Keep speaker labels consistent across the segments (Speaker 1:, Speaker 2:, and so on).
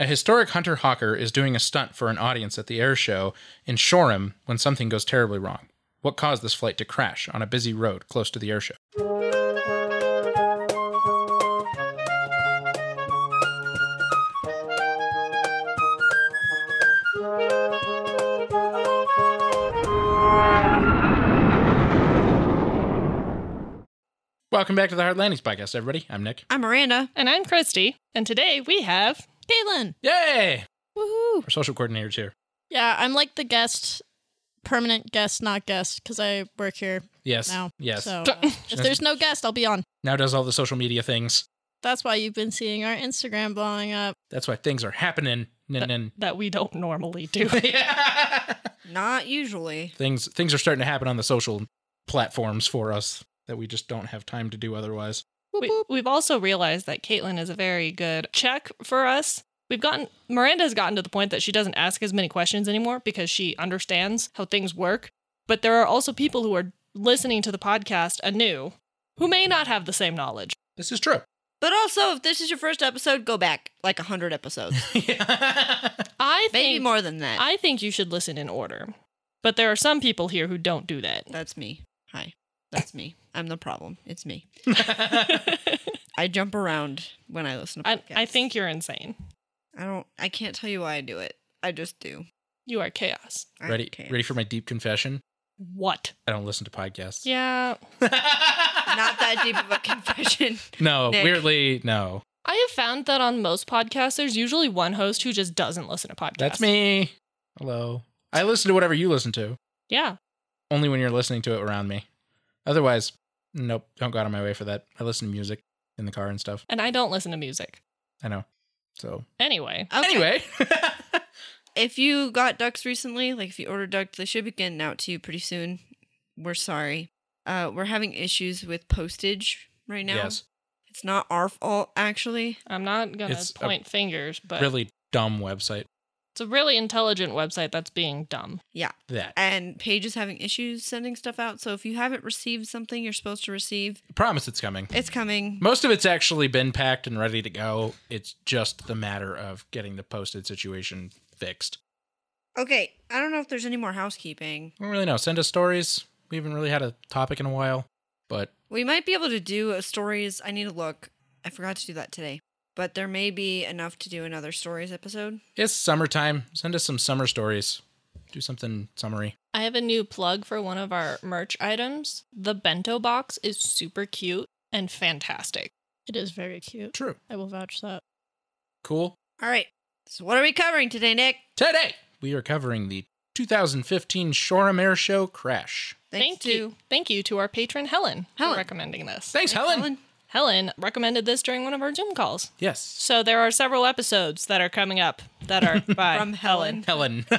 Speaker 1: A historic hunter hawker is doing a stunt for an audience at the air show in Shoreham when something goes terribly wrong. What caused this flight to crash on a busy road close to the air show? Welcome back to the Hard Landings Podcast, everybody. I'm Nick.
Speaker 2: I'm Miranda.
Speaker 3: And I'm Christy, and today we have
Speaker 2: Caitlin.
Speaker 1: Yay!
Speaker 2: Woohoo.
Speaker 1: Our social coordinator's here.
Speaker 4: Yeah, I'm like the guest, permanent guest, not guest, because I work here
Speaker 1: Yes.
Speaker 4: now.
Speaker 1: Yes.
Speaker 4: So uh, if there's no guest, I'll be on.
Speaker 1: Now does all the social media things.
Speaker 4: That's why you've been seeing our Instagram blowing up.
Speaker 1: That's why things are happening. Nin, nin.
Speaker 3: that we don't normally do.
Speaker 1: yeah.
Speaker 2: Not usually.
Speaker 1: Things things are starting to happen on the social platforms for us that we just don't have time to do otherwise.
Speaker 3: we, we've also realized that Caitlin is a very good check for us. We've gotten Miranda has gotten to the point that she doesn't ask as many questions anymore because she understands how things work. But there are also people who are listening to the podcast anew who may not have the same knowledge.
Speaker 1: This is true.
Speaker 2: But also, if this is your first episode, go back like 100 episodes.
Speaker 1: yeah.
Speaker 3: I
Speaker 2: Maybe
Speaker 3: think
Speaker 2: more than that.
Speaker 3: I think you should listen in order. But there are some people here who don't do that.
Speaker 2: That's me. Hi. That's me. I'm the problem. It's me. I jump around when I listen to
Speaker 3: I,
Speaker 2: podcasts.
Speaker 3: I think you're insane.
Speaker 2: I don't I can't tell you why I do it. I just do.
Speaker 3: You are chaos.
Speaker 2: I
Speaker 1: ready
Speaker 2: can't.
Speaker 1: ready for my deep confession?
Speaker 3: What?
Speaker 1: I don't listen to podcasts.
Speaker 3: Yeah.
Speaker 2: Not that deep of a confession.
Speaker 1: No,
Speaker 2: Nick.
Speaker 1: weirdly, no.
Speaker 3: I have found that on most podcasts, there's usually one host who just doesn't listen to podcasts.
Speaker 1: That's me. Hello. I listen to whatever you listen to,
Speaker 3: Yeah.
Speaker 1: only when you're listening to it around me. Otherwise, nope, don't go out of my way for that. I listen to music in the car and stuff.
Speaker 3: And I don't listen to music.
Speaker 1: I know. So,
Speaker 3: Anyway,
Speaker 2: Okay.
Speaker 1: anyway,
Speaker 2: if you got ducks recently, like if you ordered ducks, they should be getting out to you pretty soon. We're sorry. Uh, we're having issues with postage right now.
Speaker 1: yes,
Speaker 2: It's not our fault, actually.
Speaker 3: I'm not going
Speaker 1: It's
Speaker 3: to
Speaker 1: a
Speaker 3: point fingers, but
Speaker 1: really dumb website.
Speaker 3: it's a really intelligent website that's being dumb.
Speaker 1: That
Speaker 2: And Paige is having issues sending stuff out. So if you haven't received something you're supposed to receive,
Speaker 1: promise it's coming.
Speaker 2: it's coming.
Speaker 1: Most of it's actually been packed and ready to go. It's just the matter of getting the posted situation fixed.
Speaker 2: Okay, I don't know if there's any more housekeeping.
Speaker 1: I don't really know. Send us stories. We haven't really had a topic in a while, but
Speaker 2: We might be able to do a stories. I need to look. I forgot to do that today. But there may be enough to do another stories episode.
Speaker 1: it's summertime. Send us some summer stories. Do something summary.
Speaker 3: I have a new plug for one of our merch items. The bento box is super cute and fantastic.
Speaker 4: It is very cute.
Speaker 1: True.
Speaker 4: I will vouch that.
Speaker 1: Cool.
Speaker 2: All right. So what are we covering today, Nick?
Speaker 1: Today, we are covering the 2015 Shoreham Air Show crash.
Speaker 2: Thanks
Speaker 3: Thank you. Thank you to our patron, Helen,
Speaker 2: Helen.
Speaker 3: for recommending this.
Speaker 1: Thanks, Helen.
Speaker 3: Helen recommended this during one of our Zoom calls.
Speaker 1: Yes.
Speaker 3: So there are several episodes that are coming up that are by
Speaker 2: From Helen.
Speaker 1: Helen.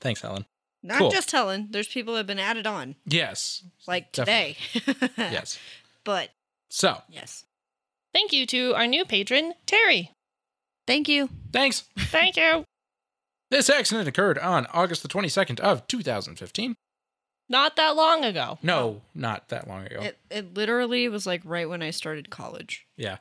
Speaker 1: Thanks, Helen.
Speaker 2: Not
Speaker 1: Cool.
Speaker 2: just Helen. There's people that have been added on,
Speaker 1: Yes.
Speaker 2: like
Speaker 1: Definitely.
Speaker 2: today.
Speaker 1: Yes.
Speaker 2: But
Speaker 1: So,
Speaker 2: yes.
Speaker 3: Thank you to our new patron, Terry.
Speaker 2: Thank you.
Speaker 1: thanks.
Speaker 3: Thank you.
Speaker 1: This accident occurred on August the 22nd of 2015.
Speaker 3: Not that long ago.
Speaker 1: No, not that long ago.
Speaker 2: It, it literally was like right when I started college.
Speaker 1: yeah.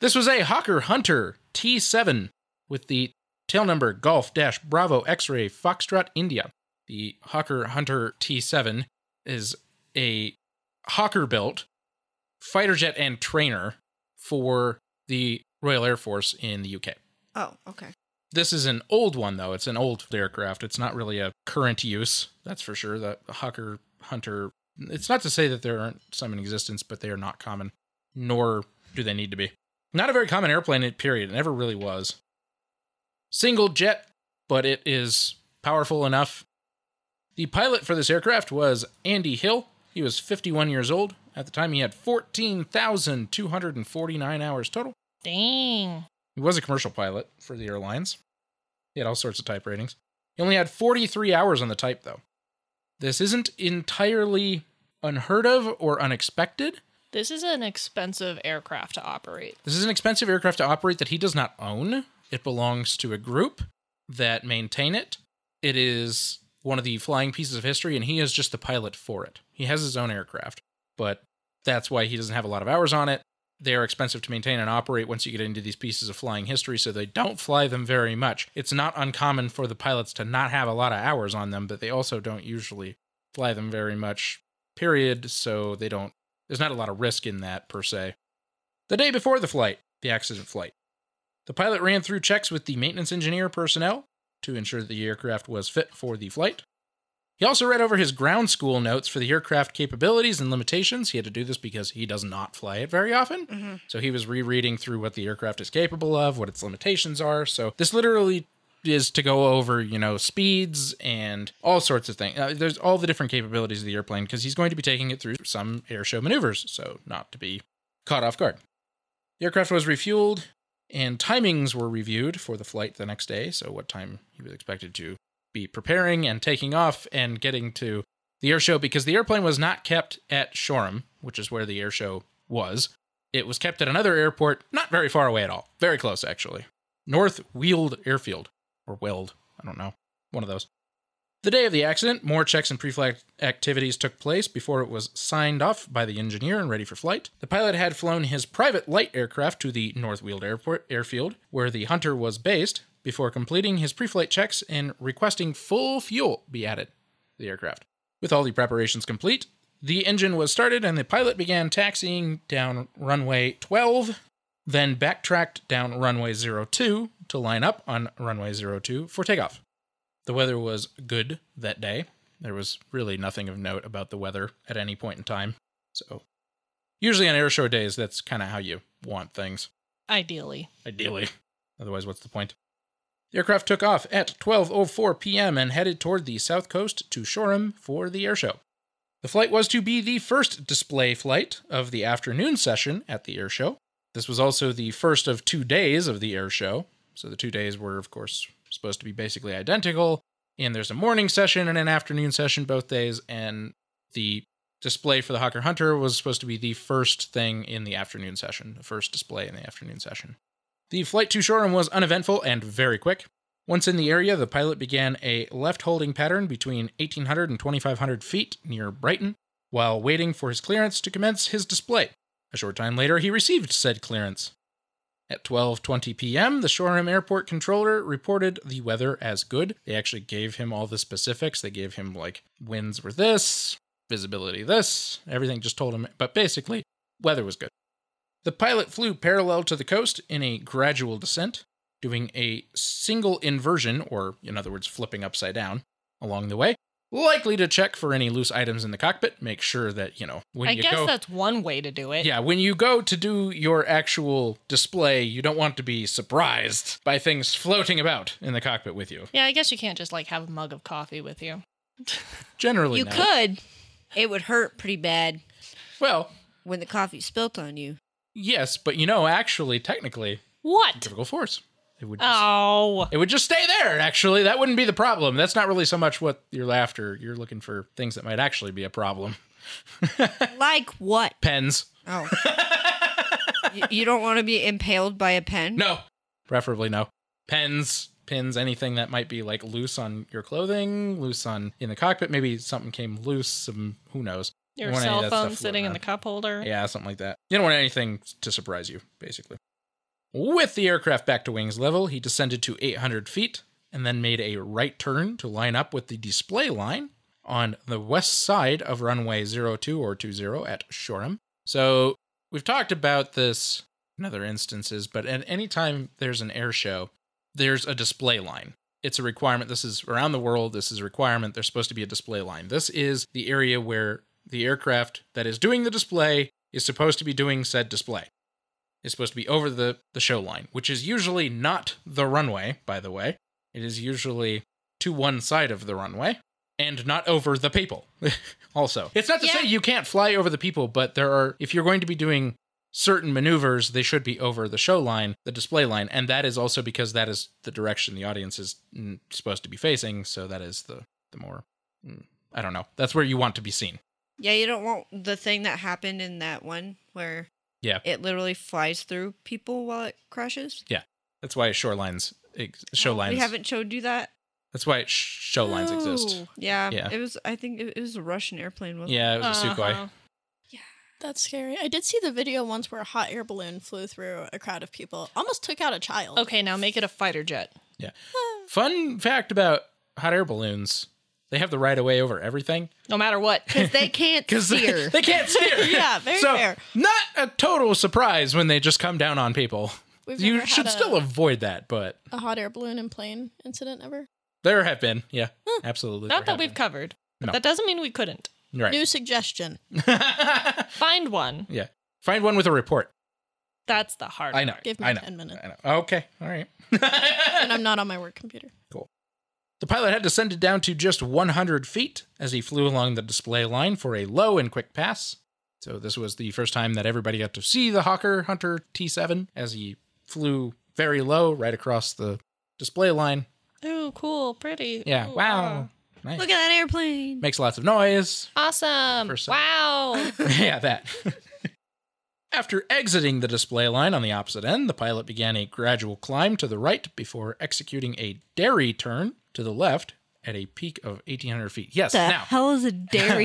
Speaker 1: This was a Hawker Hunter T7 with the tail number Golf Dash Bravo X Ray Foxtrot India. The Hawker Hunter T7 is a Hawker built fighter jet and trainer for the Royal Air Force in the UK.
Speaker 2: Oh, okay.
Speaker 1: This is an old one, though. It's an old aircraft. It's not really a current use, that's for sure. The Hawker Hunter, it's not to say that there aren't some in existence, but they are not common, nor do they need to be. Not a very common airplane, it- period. It never really was. Single jet, but it is powerful enough. The pilot for this aircraft was Andy Hill. He was 51 years old. At the time, he had 14,249 hours total.
Speaker 3: Dang.
Speaker 1: He was a commercial pilot for the airlines. He had all sorts of type ratings. He only had 43 hours on the type, though. This isn't entirely unheard of or unexpected.
Speaker 3: This is an expensive aircraft to operate.
Speaker 1: This is an expensive aircraft to operate that he does not own. It belongs to a group that maintain it. It is one of the flying pieces of history, and he is just the pilot for it. He has his own aircraft, but that's why he doesn't have a lot of hours on it. They are expensive to maintain and operate once you get into these pieces of flying history, so they don't fly them very much. It's not uncommon for the pilots to not have a lot of hours on them, but they also don't usually fly them very much, period, so they don't. There's not a lot of risk in that, per se. The day before the flight, the accident flight, the pilot ran through checks with the maintenance engineer personnel to ensure that the aircraft was fit for the flight. He also read over his ground school notes for the aircraft capabilities and limitations. He had to do this because he does not fly it very often.
Speaker 2: Mhm.
Speaker 1: So he was rereading through what the aircraft is capable of, what its limitations are. So this literally is to go over, you know, speeds and all sorts of things. Uh, there's all the different capabilities of the airplane because he's going to be taking it through some airshow maneuvers, so not to be caught off guard. The aircraft was refueled and timings were reviewed for the flight the next day. So, what time he was expected to be preparing and taking off and getting to the air show because the airplane was not kept at Shoreham, which is where the air show was. It was kept at another airport, not very far away at all. Very close, actually. North Weald Airfield, or Weld, I don't know. One of those. The day of the accident, more checks and pre flight activities took place before it was signed off by the engineer and ready for flight. The pilot had flown his private light aircraft to the North Weald Airport airfield, where the Hunter was based, before completing his pre flight checks and requesting full fuel be added to the aircraft. With all the preparations complete, the engine was started and the pilot began taxiing down runway 12, then backtracked down runway 02 to line up on runway 02 for takeoff. The weather was good that day. There was really nothing of note about the weather at any point in time. So, usually on airshow days, that's kind of how you want things,
Speaker 3: Ideally.
Speaker 1: ideally. Otherwise, what's the point? The aircraft took off at 12:04 p.m. and headed toward the south coast to Shoreham for the airshow. The flight was to be the first display flight of the afternoon session at the airshow. This was also the first of two days of the airshow. So the two days were, of course, supposed to be basically identical. And there's a morning session and an afternoon session both days. And the display for the Hawker Hunter was supposed to be the first thing in the afternoon session, the first display in the afternoon session. The flight to Shoreham was uneventful and very quick. Once in the area, the pilot began a left holding pattern between 1800 and 2500 feet near Brighton while waiting for his clearance to commence his display. A short time later, he received said clearance. At 12:20 p.m., the Shoreham Airport controller reported the weather as good. They actually gave him all the specifics. They gave him like winds were this, visibility this, everything just told him, but basically, weather was good. The pilot flew parallel to the coast in a gradual descent, doing a single inversion, or in other words, flipping upside down along the way, likely to check for any loose items in the cockpit, make sure that, you know, when
Speaker 3: I
Speaker 1: you
Speaker 3: guess
Speaker 1: go
Speaker 3: that's one way to
Speaker 2: Eh.
Speaker 3: do it.
Speaker 1: yeah, when you go to do your actual display, you don't want to be surprised by things floating about in the cockpit with you.
Speaker 3: Yeah, I guess you can't just like have a mug of coffee with you.
Speaker 1: Generally,
Speaker 2: You
Speaker 1: no.
Speaker 2: could. It would hurt pretty bad
Speaker 1: Well,
Speaker 2: when the coffee spilt on you.
Speaker 1: yes, but you know, actually, technically,
Speaker 3: What?
Speaker 1: vertical force. It would. Just,
Speaker 3: Oh.
Speaker 1: It would just stay there. Actually, that wouldn't be the problem. That's not really so much what you're after. You're looking for things that might actually be a problem.
Speaker 2: Like what?
Speaker 1: Pens.
Speaker 2: Oh. you, you don't want to be impaled by a pen?
Speaker 1: No. Preferably no. Pens, pins, anything that might be like loose on your clothing, loose on in the cockpit. Maybe something came loose. Some who knows.
Speaker 3: Your
Speaker 1: You don't want any
Speaker 3: cell
Speaker 1: of that
Speaker 3: phone
Speaker 1: stuff
Speaker 3: sitting in the
Speaker 1: floating
Speaker 3: cup holder.
Speaker 1: Yeah, something like that. You don't want anything to surprise you, basically. With the aircraft back to wings level, he descended to 800 feet and then made a right turn to line up with the display line on the west side of runway 02 or 20 at Shoreham. So we've talked about this in other instances, but at any time there's an air show, there's a display line. It's a requirement. This is around the world. This is a requirement. There's supposed to be a display line. This is the area where the aircraft that is doing the display is supposed to be doing said display. It's supposed to be over the, the show line, which is usually not the runway, by the way. It is usually to one side of the runway and not over the people, also. It's not to
Speaker 4: Yeah.
Speaker 1: say you can't fly over the people, but there are, if you're going to be doing certain maneuvers, they should be over the show line, the display line, and that is also because that is the direction the audience is mm, supposed to be facing. So that is the the more mm, I don't know. That's where you want to be seen.
Speaker 2: Yeah, you don't want the thing that happened in that one where
Speaker 1: Yeah.
Speaker 2: it literally flies through people while it crashes.
Speaker 1: That's why shorelines ex- show lines.
Speaker 2: We haven't showed you that.
Speaker 1: That's why sh- show lines exist.
Speaker 2: Yeah,
Speaker 1: Yeah.
Speaker 2: It was. I think it, it was a Russian airplane. Wasn't
Speaker 1: Yeah, it was a
Speaker 3: Uh-huh.
Speaker 1: Sukhoi.
Speaker 4: That's scary. I did see the video once where a hot air balloon flew through a crowd of people, almost took out a child.
Speaker 3: Okay, now make it a fighter jet.
Speaker 1: Fun fact about hot air balloons they have the right of way over everything
Speaker 3: No matter what.
Speaker 2: Because they can't
Speaker 1: because they,
Speaker 2: steer.
Speaker 1: they can't steer.
Speaker 4: Yeah, very
Speaker 1: so,
Speaker 4: fair.
Speaker 1: Not a total surprise when they just come down on people.
Speaker 4: We've never
Speaker 1: you
Speaker 4: had
Speaker 1: should
Speaker 4: a-
Speaker 1: still avoid that, but
Speaker 4: A hot air balloon and plane incident ever?
Speaker 1: there have been. Yeah,
Speaker 4: Hmm.
Speaker 1: absolutely.
Speaker 3: Not
Speaker 1: there
Speaker 3: that we've covered. But
Speaker 1: No.
Speaker 3: That doesn't mean we couldn't.
Speaker 1: have been.
Speaker 4: New suggestion.
Speaker 1: Right.
Speaker 3: Find one.
Speaker 1: yeah. Find one with a report.
Speaker 3: That's the hard
Speaker 1: I know.
Speaker 3: part.
Speaker 4: Give me
Speaker 1: I know.
Speaker 4: 10 minutes.
Speaker 1: I know. Okay. All right.
Speaker 4: And I'm not on my work computer.
Speaker 1: The pilot had descended down to just 100 feet as he flew along the display line for a low and quick pass. So, this was the first time that everybody got to see the Hawker Hunter T7 as he flew very low right across the display line.
Speaker 3: Ooh, cool, pretty.
Speaker 1: Yeah.
Speaker 3: Ooh, uh-huh.
Speaker 1: Wow. Nice.
Speaker 2: Oh, Look at that airplane.
Speaker 1: Makes lots of noise.
Speaker 3: ah. Awesome.
Speaker 1: First-
Speaker 3: Wow.
Speaker 1: yeah, that. After exiting the display line on the opposite end, the pilot began a gradual climb to the right before executing a dairy turn to the left at a peak of 1,800 feet. Yes,
Speaker 2: the
Speaker 1: now.
Speaker 2: hell is a dairy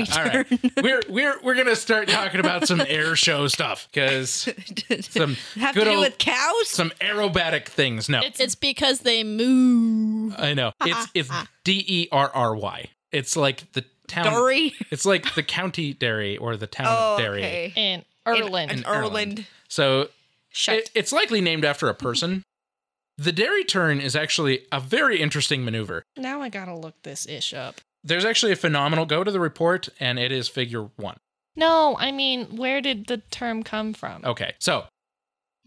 Speaker 1: All
Speaker 2: turn?
Speaker 1: right. We're we're we're gonna start talking about some air show stuff because Some
Speaker 2: have
Speaker 1: good
Speaker 2: to do
Speaker 1: old-
Speaker 2: with cows?
Speaker 1: some aerobatic things. No,
Speaker 3: It's-
Speaker 4: It's because they move.
Speaker 1: I know it's it's D E R R Y. It's like the town.
Speaker 2: Dory?
Speaker 1: It's like the county dairy or the town
Speaker 2: Oh,
Speaker 1: of Derry.
Speaker 2: okay.
Speaker 3: In
Speaker 2: In-
Speaker 3: Ireland.
Speaker 2: In
Speaker 1: In Ireland.
Speaker 2: Ireland.
Speaker 1: So
Speaker 3: Shut.
Speaker 1: it, it's likely named after a person. the dairy turn is actually a very interesting maneuver.
Speaker 3: now I gotta look this ish up.
Speaker 1: There's actually a phenomenal. Go to the report, and it is figure one.
Speaker 3: No, I mean, where did the term come from?
Speaker 1: Okay. So,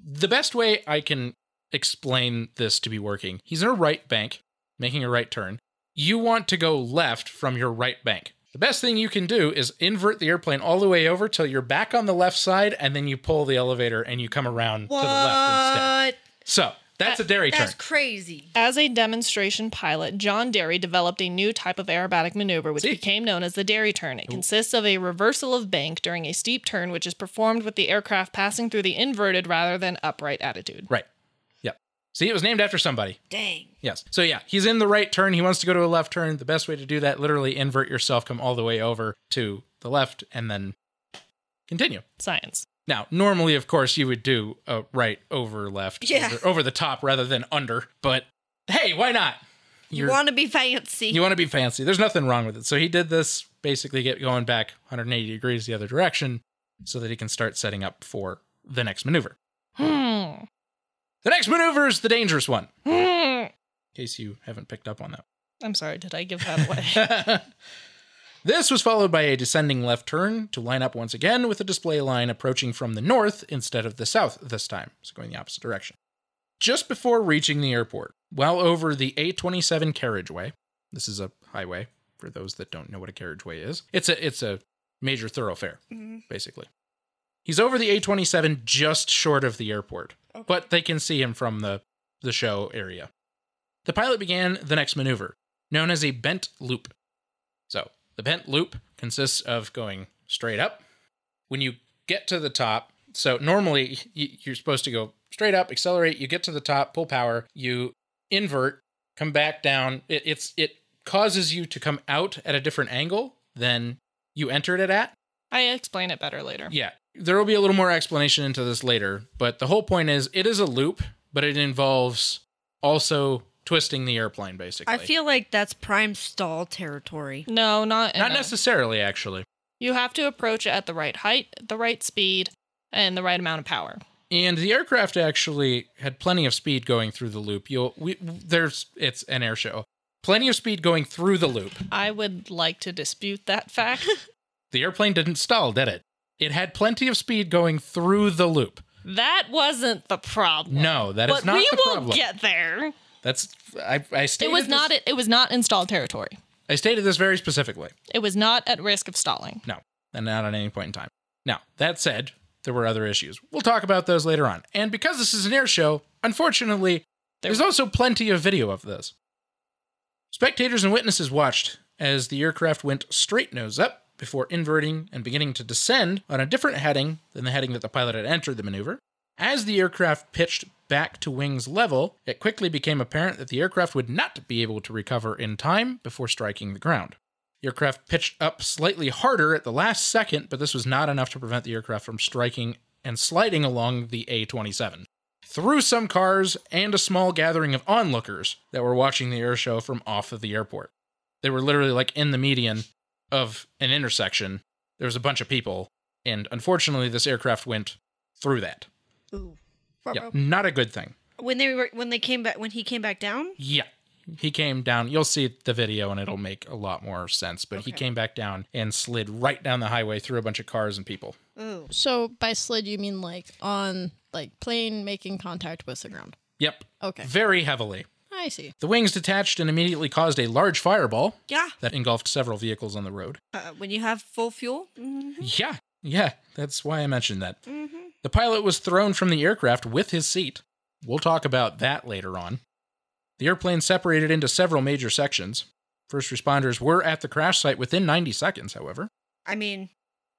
Speaker 1: the best way I can explain this to be working, he's in a right bank, making a right turn. You want to go left from your right bank. The best thing you can do is invert the airplane all the way over till you're back on the left side, and then you pull the elevator and you come around to the left instead.
Speaker 2: What?
Speaker 1: So, that's a dairy turn.
Speaker 2: That's crazy.
Speaker 3: As a demonstration pilot, John Derry developed a new type of aerobatic maneuver which
Speaker 1: See?
Speaker 3: became known as the Derry turn. It consists of a reversal of bank during a steep turn which is performed with the aircraft passing through the inverted rather than upright attitude.
Speaker 1: Right. Yep. See, it was named after somebody.
Speaker 2: Dang.
Speaker 1: Yes. So yeah, he's in the right turn. He wants to go to a left turn. The best way to do that, literally invert yourself, come all the way over to the left, and then continue.
Speaker 3: Science.
Speaker 1: Now, normally, of course, you would do a right over left,
Speaker 2: Yeah.
Speaker 1: over, over the top rather than under. But hey, why not?
Speaker 2: You
Speaker 1: You're-
Speaker 2: want to be fancy.
Speaker 1: You want to be fancy. There's nothing wrong with it. So he did this basically get going back 180 degrees the other direction so that he can start setting up for the next maneuver.
Speaker 3: Hmm.
Speaker 1: The next maneuver is the dangerous one, in
Speaker 3: Hmm.
Speaker 1: case you haven't picked up on that.
Speaker 3: I'm sorry, did I give that away?
Speaker 1: this was followed by a descending left turn to line up once again with the display line approaching from the north instead of the south this time, so going the opposite direction. Just before reaching the airport, while over the A27 carriageway, this is a highway for those that don't know what a carriageway is. It's a it's a major thoroughfare,
Speaker 2: Mhm.
Speaker 1: basically. He's over the A27 just short of the airport, but they can see him from the the show area. The pilot began the next maneuver, known as a bent loop. So, the bent loop consists of going straight up. When you get to the top, so normally y- you're supposed to go straight up, accelerate, you get to the top, pull power, you invert, come back down. It, it's it causes you to come out at a different angle than you entered it at.
Speaker 3: I explain it better later.
Speaker 1: Yeah. There will be a little more explanation into this later, but the whole point is it is a loop, but it involves also twisting the airplane basically.
Speaker 2: I feel like that's prime stall territory.
Speaker 3: No, not in
Speaker 1: not
Speaker 3: a-
Speaker 1: necessarily actually.
Speaker 3: You have to approach it at the right height, the right speed, and the right amount of power.
Speaker 1: And the aircraft actually had plenty of speed going through the loop. You'll we, there's it's an air show. Plenty of speed going through the loop.
Speaker 3: I would like to dispute that fact.
Speaker 1: The airplane didn't stall, did it? It had plenty of speed going through the loop.
Speaker 3: that wasn't the problem.
Speaker 1: No, that is
Speaker 3: but
Speaker 1: not
Speaker 3: we
Speaker 1: the
Speaker 3: will
Speaker 1: problem.
Speaker 3: get there.
Speaker 1: That's I I
Speaker 3: It
Speaker 1: stated
Speaker 3: was not.
Speaker 1: this,
Speaker 3: It was not installed territory.
Speaker 1: I stated this very specifically.
Speaker 3: It was not at risk of stalling.
Speaker 1: No, and not at any point in time. Now, that said, there were other issues. We'll talk about those later on. And because this is an air show, unfortunately,
Speaker 3: There-
Speaker 1: there's also plenty of video of this. Spectators and witnesses watched as the aircraft went straight nose up before inverting and beginning to descend on a different heading than the heading that the pilot had entered the maneuver. As the aircraft pitched back to wings level, it quickly became apparent that the aircraft would not be able to recover in time before striking the ground. aircraft pitched up slightly harder at the last second, but this was not enough to prevent the aircraft from striking and sliding along the A 27. Through some cars and a small gathering of onlookers that were watching the air show from off of the airport. They were literally like in the median of an intersection. There was a bunch of people, and unfortunately, this aircraft went through that.
Speaker 2: Ooh.
Speaker 1: Yeah, not a good thing.
Speaker 2: When they were when they came back when he came back down,
Speaker 1: Yeah. He came down. You'll see the video and it'll make a lot more sense. But he
Speaker 2: Okay.
Speaker 1: came back down and slid right down the highway through a bunch of cars and people.
Speaker 2: oh,
Speaker 4: So by slid, you mean like on like plane making contact with the ground.
Speaker 1: Yep.
Speaker 4: Okay,
Speaker 1: Very heavily.
Speaker 4: I see.
Speaker 1: The wings detached and immediately caused a large fireball
Speaker 2: yeah.
Speaker 1: that engulfed several vehicles on the road.
Speaker 2: Uh, when you have full fuel, mm-hmm.
Speaker 1: Yeah. Yeah. That's why I mentioned that.
Speaker 2: Mm-hmm.
Speaker 1: The pilot was thrown from the aircraft with his seat. We'll talk about that later on. The airplane separated into several major sections. First responders were at the crash site within 90 seconds, however.
Speaker 2: I mean,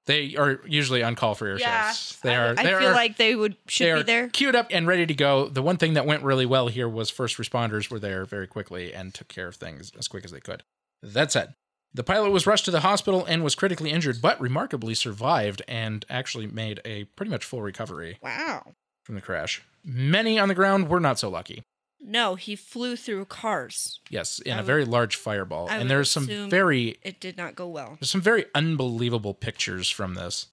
Speaker 1: They are usually on call for air
Speaker 2: yeah,
Speaker 1: shows. They
Speaker 2: I,
Speaker 1: are.
Speaker 2: I
Speaker 1: they
Speaker 2: feel
Speaker 1: are,
Speaker 2: like they would
Speaker 1: they
Speaker 2: should
Speaker 1: are
Speaker 2: be there.
Speaker 1: queued up and ready to go. The one thing that went really well here was first responders were there very quickly and took care of things as quick as they could. That said, the pilot was rushed to the hospital and was critically injured, but remarkably survived and actually made a pretty much full recovery
Speaker 2: Wow.
Speaker 1: from the crash. Many on the ground were not so lucky.
Speaker 2: No, he flew through cars.
Speaker 1: Yes, in
Speaker 2: I
Speaker 1: a
Speaker 2: would-
Speaker 1: very large fireball,
Speaker 2: I
Speaker 1: and
Speaker 2: would
Speaker 1: there's some
Speaker 2: assume-
Speaker 1: very
Speaker 2: It did not go well.
Speaker 1: There's some very unbelievable pictures from this,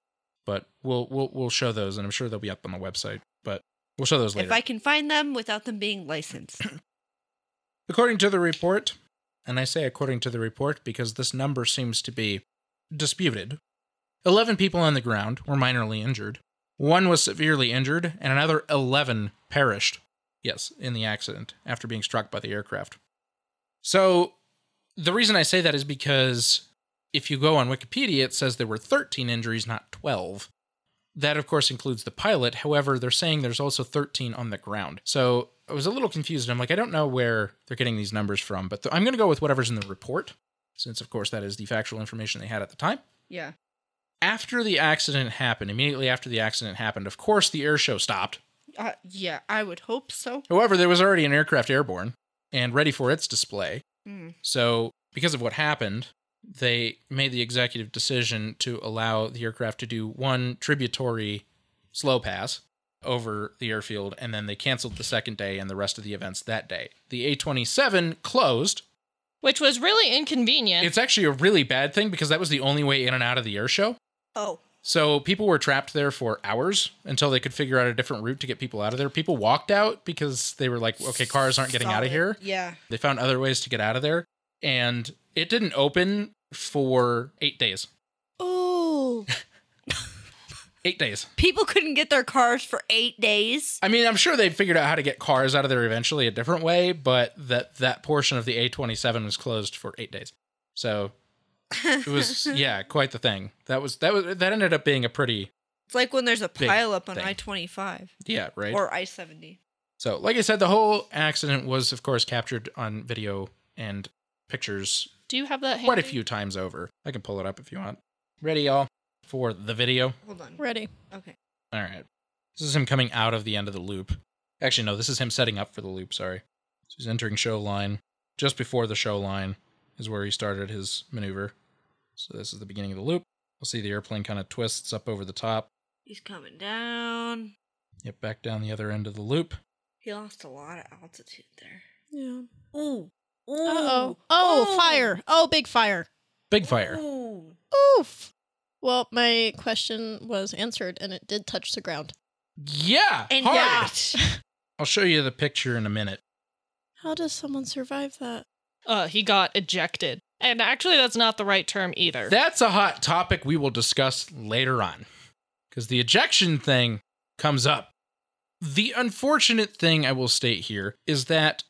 Speaker 1: but we'll we'll we'll show those, and I'm sure they'll be up on the website. But we'll show those later.
Speaker 2: If I can find them without them being licensed,
Speaker 1: According to the report, and I say according to the report because this number seems to be disputed, 11 people on the ground were minorly injured. One was severely injured, and another 11 perished. Yes, in the accident after being struck by the aircraft. So, the reason I say that is because if you go on Wikipedia, it says there were 13 injuries, not 12. That, of course, includes the pilot. However, they're saying there's also 13 on the ground. So I was a little confused. I'm like, I don't know where they're getting these numbers from, but th- I'm going to go with whatever's in the report, since, of course, that is the factual information they had at the time.
Speaker 2: yeah.
Speaker 1: After the accident happened, immediately after the accident happened, of course, the air show stopped.
Speaker 2: Uh, yeah, I would hope so.
Speaker 1: However, there was already an aircraft airborne and ready for its display.
Speaker 2: Mm.
Speaker 1: So, because of what happened, they made the executive decision to allow the aircraft to do one tributary slow pass over the airfield, and then they canceled the second day and the rest of the events that day. The A 27 closed.
Speaker 3: which was really inconvenient.
Speaker 1: It's actually a really bad thing because that was the only way in and out of the air show.
Speaker 2: Oh,
Speaker 1: So people were trapped there for hours until they could figure out a different route to get people out of there. People walked out because they were like, okay, cars aren't getting out of
Speaker 2: solid.
Speaker 1: here.
Speaker 2: Yeah.
Speaker 1: They found other ways to get out of there. And it didn't open for eight days.
Speaker 4: Oh,
Speaker 1: Eight days.
Speaker 2: People couldn't get their cars for eight days.
Speaker 1: I mean, I'm sure they figured out how to get cars out of there eventually a different way, but that that portion of the A27 was closed for eight days. So it was yeah, quite the thing. That was that was that ended up being a pretty
Speaker 2: It's like when there's a
Speaker 1: Big
Speaker 2: pile up on
Speaker 1: thing.
Speaker 2: I twenty five
Speaker 1: yeah right.
Speaker 2: or I seventy.
Speaker 1: So, like I said, the whole accident was, of course, captured on video and pictures
Speaker 3: Do you have that?
Speaker 1: quite a
Speaker 3: handy?
Speaker 1: few times over. I can pull it up if you want. Ready, y'all, for the video?
Speaker 2: Hold on.
Speaker 4: ready.
Speaker 2: Okay.
Speaker 1: All right. This is him coming out of the end of the loop. Actually, no, this is him setting up for the loop, sorry. So he's entering show line. Just before the show line is where he started his maneuver. So, this is the beginning of the loop. We'll see the airplane kind of twists up over the top.
Speaker 2: He's coming down.
Speaker 1: Yep, back down the other end of the loop.
Speaker 2: He lost a lot of altitude there.
Speaker 4: Yeah.
Speaker 2: Ooh. Ooh.
Speaker 4: Uh oh. Oh, fire. Oh, big fire.
Speaker 1: Big fire.
Speaker 2: Ooh.
Speaker 4: Oof. Well, my question was answered, and it did touch the ground.
Speaker 1: Yeah!
Speaker 2: And
Speaker 1: hard.
Speaker 2: that.
Speaker 1: I'll show you the picture in a minute.
Speaker 4: How does someone survive that?
Speaker 3: Uh, he got ejected, and actually, that's not the right term either.
Speaker 1: That's a hot topic we will discuss later on because the ejection thing comes up. The unfortunate thing I will state here is that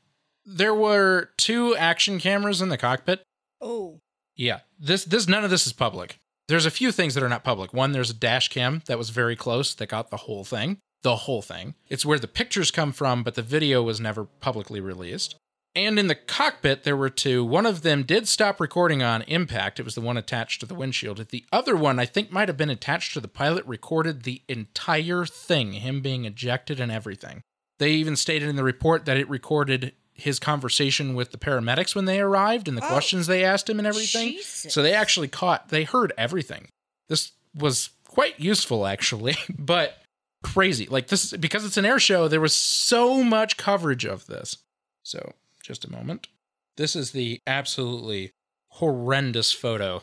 Speaker 1: there were two action cameras in the cockpit.
Speaker 2: Oh.
Speaker 1: Yeah. This this none of this is public. There's a few things that are not public. One, there's a dash cam that was very close that got the whole thing. The whole thing. It's where the pictures come from, but the video was never publicly released. And in the cockpit, there were two. One of them did stop recording on impact. It was the one attached to the windshield. The other one, I think, might have been attached to the pilot, recorded the entire thing, him being ejected and everything. They even stated in the report that it recorded his conversation with the paramedics when they arrived and the
Speaker 5: Oh.
Speaker 1: questions they asked him and everything. So they
Speaker 5: Jesus.
Speaker 1: actually caught, they heard everything. This was quite useful, actually, but crazy. Like this, because it's an air show, there was so much coverage of this. So just a moment. This is the absolutely horrendous photo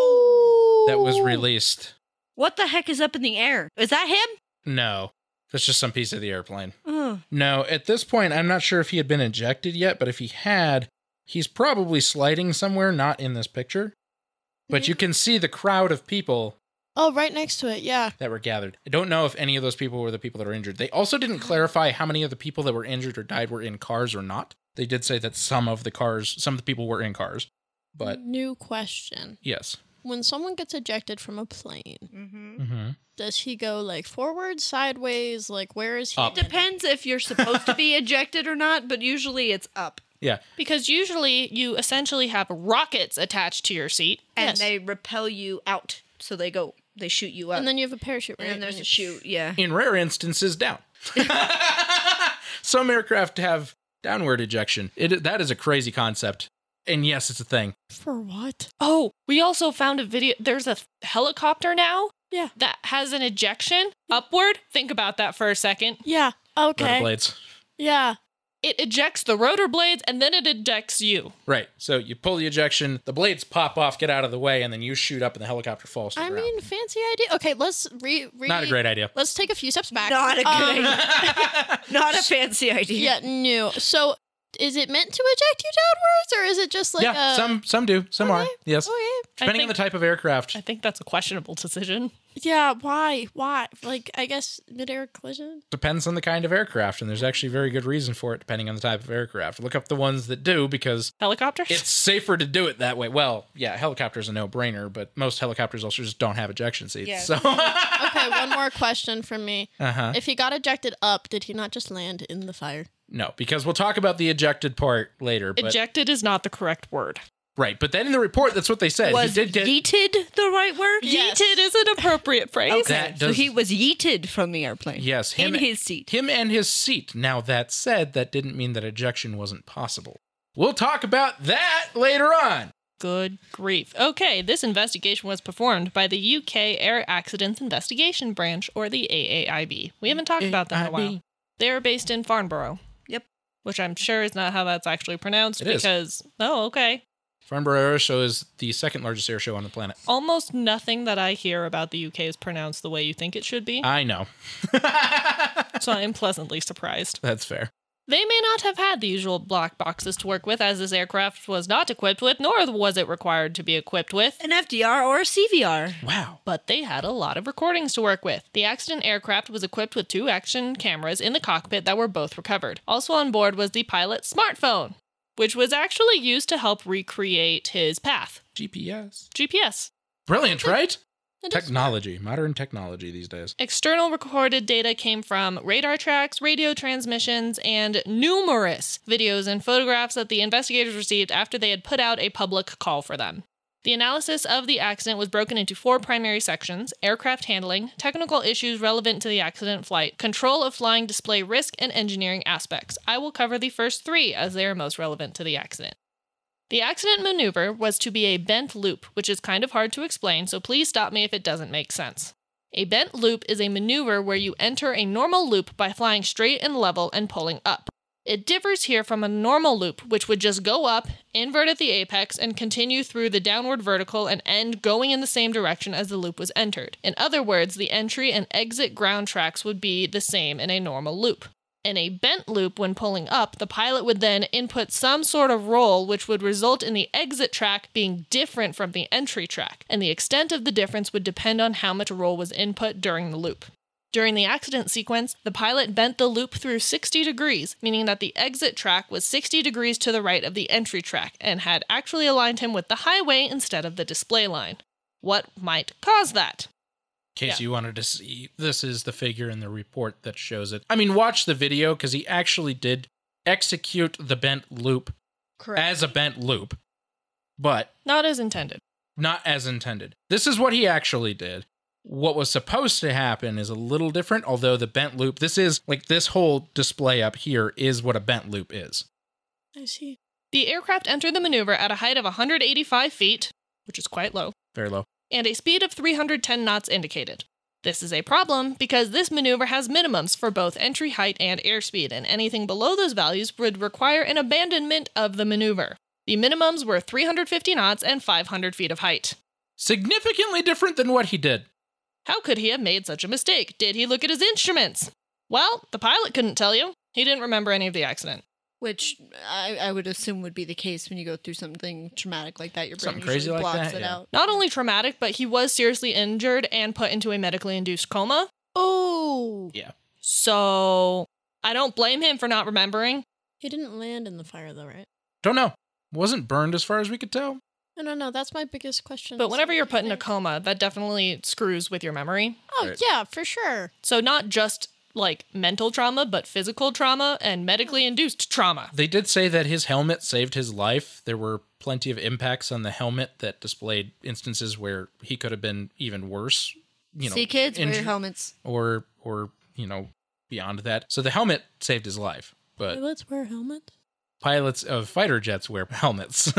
Speaker 5: Oh.
Speaker 1: that was released.
Speaker 2: What the heck is up in the air? Is that him?
Speaker 1: No, that's just some piece of the airplane.
Speaker 2: Ugh.
Speaker 1: No, at this point, I'm not sure if he had been ejected yet, but if he had, he's probably sliding somewhere, not in this picture. But you can see the crowd of people
Speaker 4: Oh, right next to it. Yeah.
Speaker 1: that were gathered. I don't know if any of those people were the people that are injured. They also didn't clarify how many of the people that were injured or died were in cars or not. They did say that some of the cars, some of the people were in cars. But
Speaker 4: new question:
Speaker 1: yes.
Speaker 4: When someone gets ejected from a plane,
Speaker 2: Mm-hmm.
Speaker 1: Mm-hmm.
Speaker 4: does he go like forward, sideways? Like where is he?
Speaker 1: Up.
Speaker 2: Depends if you're supposed to be ejected or not, but usually it's up.
Speaker 1: Yeah.
Speaker 3: Because usually you essentially have rockets attached to your seat.
Speaker 2: And
Speaker 4: Yes.
Speaker 2: they repel you out. So they go, they shoot you up.
Speaker 4: And then you have a parachute. Right?
Speaker 2: And then there's a shoot, yeah.
Speaker 1: In rare instances, down. some aircraft have downward ejection. It, that is a crazy concept. And yes, it's a thing.
Speaker 4: For what?
Speaker 3: Oh, we also found a video. There's a helicopter now.
Speaker 4: Yeah.
Speaker 3: That has an ejection upward. Think about that for a second.
Speaker 4: Yeah. Okay.
Speaker 1: Rotor blades.
Speaker 4: Yeah.
Speaker 3: It ejects the rotor blades and then it ejects you.
Speaker 1: Right. So you pull the ejection, the blades pop off, get out of the way, and then you shoot up and the helicopter falls to the
Speaker 4: I
Speaker 1: ground.
Speaker 4: mean, fancy idea. Okay, let's re. re-
Speaker 1: Not a great idea.
Speaker 4: Let's take a few steps back.
Speaker 2: Not a good
Speaker 4: Um,
Speaker 2: idea. Not a fancy idea.
Speaker 4: Yeah, new. So, is it meant to eject you downwards, or is it just like
Speaker 1: yeah,
Speaker 4: a,
Speaker 1: some some do, some
Speaker 4: Okay.
Speaker 1: are. Yes.
Speaker 4: Okay.
Speaker 1: Depending on
Speaker 3: think-
Speaker 1: the type of aircraft.
Speaker 3: I think that's a questionable decision.
Speaker 4: Yeah. Why? Why? Like, I guess midair collision.
Speaker 1: depends on the kind of aircraft, and there's actually very good reason for it depending on the type of aircraft. Look up the ones that do because
Speaker 3: Helicopters?
Speaker 1: it's safer to do it that way. Well, yeah, helicopters a no-brainer, but most helicopters also just don't have ejection seats.
Speaker 2: Yeah.
Speaker 1: So,
Speaker 4: Okay. one more question from me.
Speaker 1: uh-huh.
Speaker 4: If he got ejected up, did he not just land in the fire?
Speaker 1: no, because we'll talk about the ejected part later. But
Speaker 3: Ejected is not the correct word.
Speaker 1: right, but then in the report, that's what they said.
Speaker 2: Was
Speaker 1: he did get
Speaker 2: yeeted the right word?
Speaker 4: Yes.
Speaker 3: Yeeted is an appropriate phrase.
Speaker 1: that
Speaker 2: So
Speaker 1: does
Speaker 2: he was yeeted from the airplane.
Speaker 1: yes
Speaker 2: In his seat.
Speaker 1: him and his seat. Now that said, that didn't mean that ejection wasn't possible. We'll talk about that later on.
Speaker 3: Good grief. Okay, this investigation was performed by the UK Air Accidents Investigation Branch, or the AAIB. We haven't talked about them in a
Speaker 1: AAIB.
Speaker 3: while. They're based in Farnborough.
Speaker 2: Yep.
Speaker 3: Which I'm sure is not how that's actually pronounced
Speaker 1: It is.
Speaker 3: because, oh, okay.
Speaker 1: Farnborough Air Show is the second largest air show on the planet.
Speaker 3: Almost nothing that I hear about the UK is pronounced the way you think it should be,
Speaker 1: I know.
Speaker 3: so I am pleasantly surprised.
Speaker 1: That's fair.
Speaker 3: They may not have had the usual black boxes to work with, as this aircraft was not equipped with, nor was it required to be equipped with.
Speaker 2: An FDR or a CVR.
Speaker 1: Wow.
Speaker 3: but they had a lot of recordings to work with. The accident aircraft was equipped with two action cameras in the cockpit that were both recovered. Also on board was the pilot's smartphone, which was actually used to help recreate his path.
Speaker 1: GPS.
Speaker 3: GPS.
Speaker 1: Brilliant, right?
Speaker 4: It is-
Speaker 1: Technology, modern technology these days.
Speaker 3: External recorded data came from radar tracks, radio transmissions, and numerous videos and photographs that the investigators received after they had put out a public call for them. The analysis of the accident was broken into four primary sections aircraft handling, technical issues relevant to the accident flight, control of flying display risk, and engineering aspects. I will cover the first three as they are most relevant to the accident. The accident maneuver was to be a bent loop, which is kind of hard to explain, so please stop me if it doesn't make sense. A bent loop is a maneuver where you enter a normal loop by flying straight and level and pulling up. It differs here from a normal loop, which would just go up, invert at the apex, and continue through the downward vertical and end going in the same direction as the loop was entered. In other words, the entry and exit ground tracks would be the same in a normal loop. In a bent loop, when pulling up, the pilot would then input some sort of roll which would result in the exit track being different from the entry track, and the extent of the difference would depend on how much roll was input during the loop. During the accident sequence, the pilot bent the loop through 60 degrees, meaning that the exit track was 60 degrees to the right of the entry track and had actually aligned him with the highway instead of the display line. What might cause that?
Speaker 1: In case
Speaker 3: Yeah.
Speaker 1: you wanted to see, this is the figure in the report that shows it. I mean, watch the video because he actually did execute the bent loop as a bent loop, but
Speaker 3: Not as intended.
Speaker 1: not as intended. This is what he actually did. What was supposed to happen is a little different, although the bent loop, this is like this whole display up here is what a bent loop is.
Speaker 4: I see.
Speaker 3: The aircraft entered the maneuver at a height of 185 feet, which is quite low,
Speaker 1: Very low.
Speaker 3: and a speed of 310 knots indicated. This is a problem because this maneuver has minimums for both entry height and airspeed, and anything below those values would require an abandonment of the maneuver. The minimums were 350 knots and 500 feet of height.
Speaker 1: Significantly different than what he did.
Speaker 3: How could he have made such a mistake? Did he look at his instruments? Well, the pilot couldn't tell you. He didn't remember any of the accident.
Speaker 2: Which I, I would assume would be the case when you go through something traumatic like that. Your brain
Speaker 1: Something crazy
Speaker 2: usually
Speaker 1: like
Speaker 2: blocks
Speaker 1: that,
Speaker 2: it
Speaker 1: yeah.
Speaker 2: out.
Speaker 3: Not only traumatic, but he was seriously injured and put into a medically induced coma.
Speaker 4: Oh,
Speaker 3: So I don't blame him for not remembering.
Speaker 4: he didn't land in the fire though, right?
Speaker 1: Don't know. Wasn't burned as far as we could tell.
Speaker 4: I don't know. That's my biggest question.
Speaker 3: But
Speaker 4: is
Speaker 3: whenever
Speaker 4: like,
Speaker 3: you're put in a
Speaker 4: like-
Speaker 3: coma, that definitely screws with your memory.
Speaker 4: oh
Speaker 1: Right.
Speaker 4: yeah, for sure.
Speaker 3: So not just like mental trauma, but physical trauma and medically induced trauma.
Speaker 1: They did say that his helmet saved his life. There were plenty of impacts on the helmet that displayed instances where he could have been even worse. You know,
Speaker 2: See, kids, wear your
Speaker 1: injured
Speaker 2: helmets.
Speaker 1: or or you know beyond that. So the helmet saved his life, but
Speaker 4: Let's wear helmets.
Speaker 1: pilots of fighter jets wear helmets.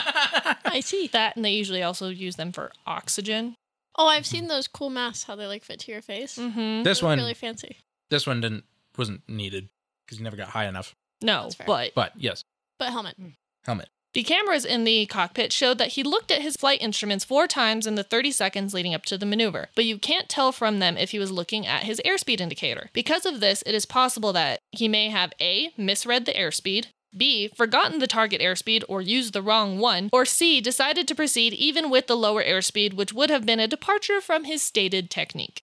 Speaker 4: I see.
Speaker 3: That and they usually also use them for oxygen.
Speaker 4: Oh, I've seen those cool masks. How they like fit to your face.
Speaker 3: Mm-hmm.
Speaker 1: this
Speaker 4: They look
Speaker 1: one,
Speaker 4: really fancy.
Speaker 1: this one didn't wasn't needed because he never got high enough.
Speaker 3: No,
Speaker 4: That's fair.
Speaker 3: but
Speaker 1: But yes,
Speaker 4: But helmet.
Speaker 1: helmet.
Speaker 3: The cameras in the cockpit showed that he looked at his flight instruments four times in the 30 seconds leading up to the maneuver, but you can't tell from them if he was looking at his airspeed indicator. Because of this, it is possible that he may have A, misread the airspeed, B, forgotten the target airspeed or used the wrong one, or C, decided to proceed even with the lower airspeed, which would have been a departure from his stated technique.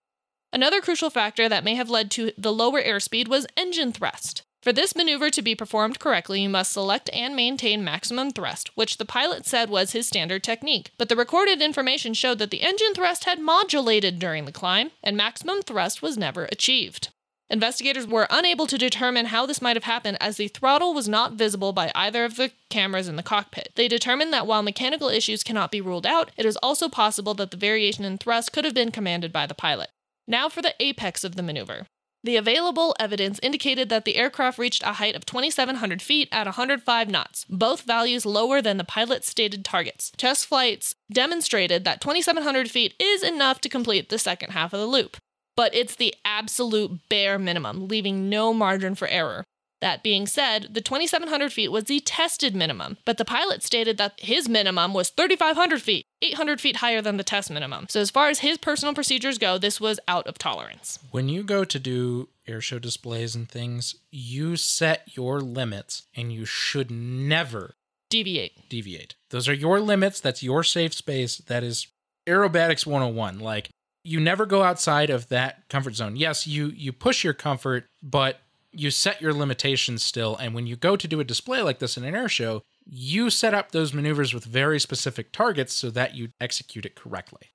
Speaker 3: Another crucial factor that may have led to the lower airspeed was engine thrust. For this maneuver to be performed correctly, you must select and maintain maximum thrust, which the pilot said was his standard technique. But the recorded information showed that the engine thrust had modulated during the climb, and maximum thrust was never achieved. Investigators were unable to determine how this might have happened as the throttle was not visible by either of the cameras in the cockpit. They determined that while mechanical issues cannot be ruled out, it is also possible that the variation in thrust could have been commanded by the pilot. Now for the apex of the maneuver. The available evidence indicated that the aircraft reached a height of 2,700 feet at 105 knots, both values lower than the pilot's stated targets. Test flights demonstrated that 2,700 feet is enough to complete the second half of the loop, but it's the absolute bare minimum, leaving no margin for error. That being said, the 2,700 feet was the tested minimum, but the pilot stated that his minimum was 3,500 feet, 800 feet higher than the test minimum. So, as far as his personal procedures go, this was out of tolerance.
Speaker 1: When you go to do air show displays and things, you set your limits, and you should never
Speaker 3: Deviate.
Speaker 1: deviate. Those are your limits. That's your safe space. That is aerobatics 101. Like you never go outside of that comfort zone. Yes, you you push your comfort, but you set your limitations still. And when you go to do a display like this in an air show, you set up those maneuvers with very specific targets so that you execute it correctly.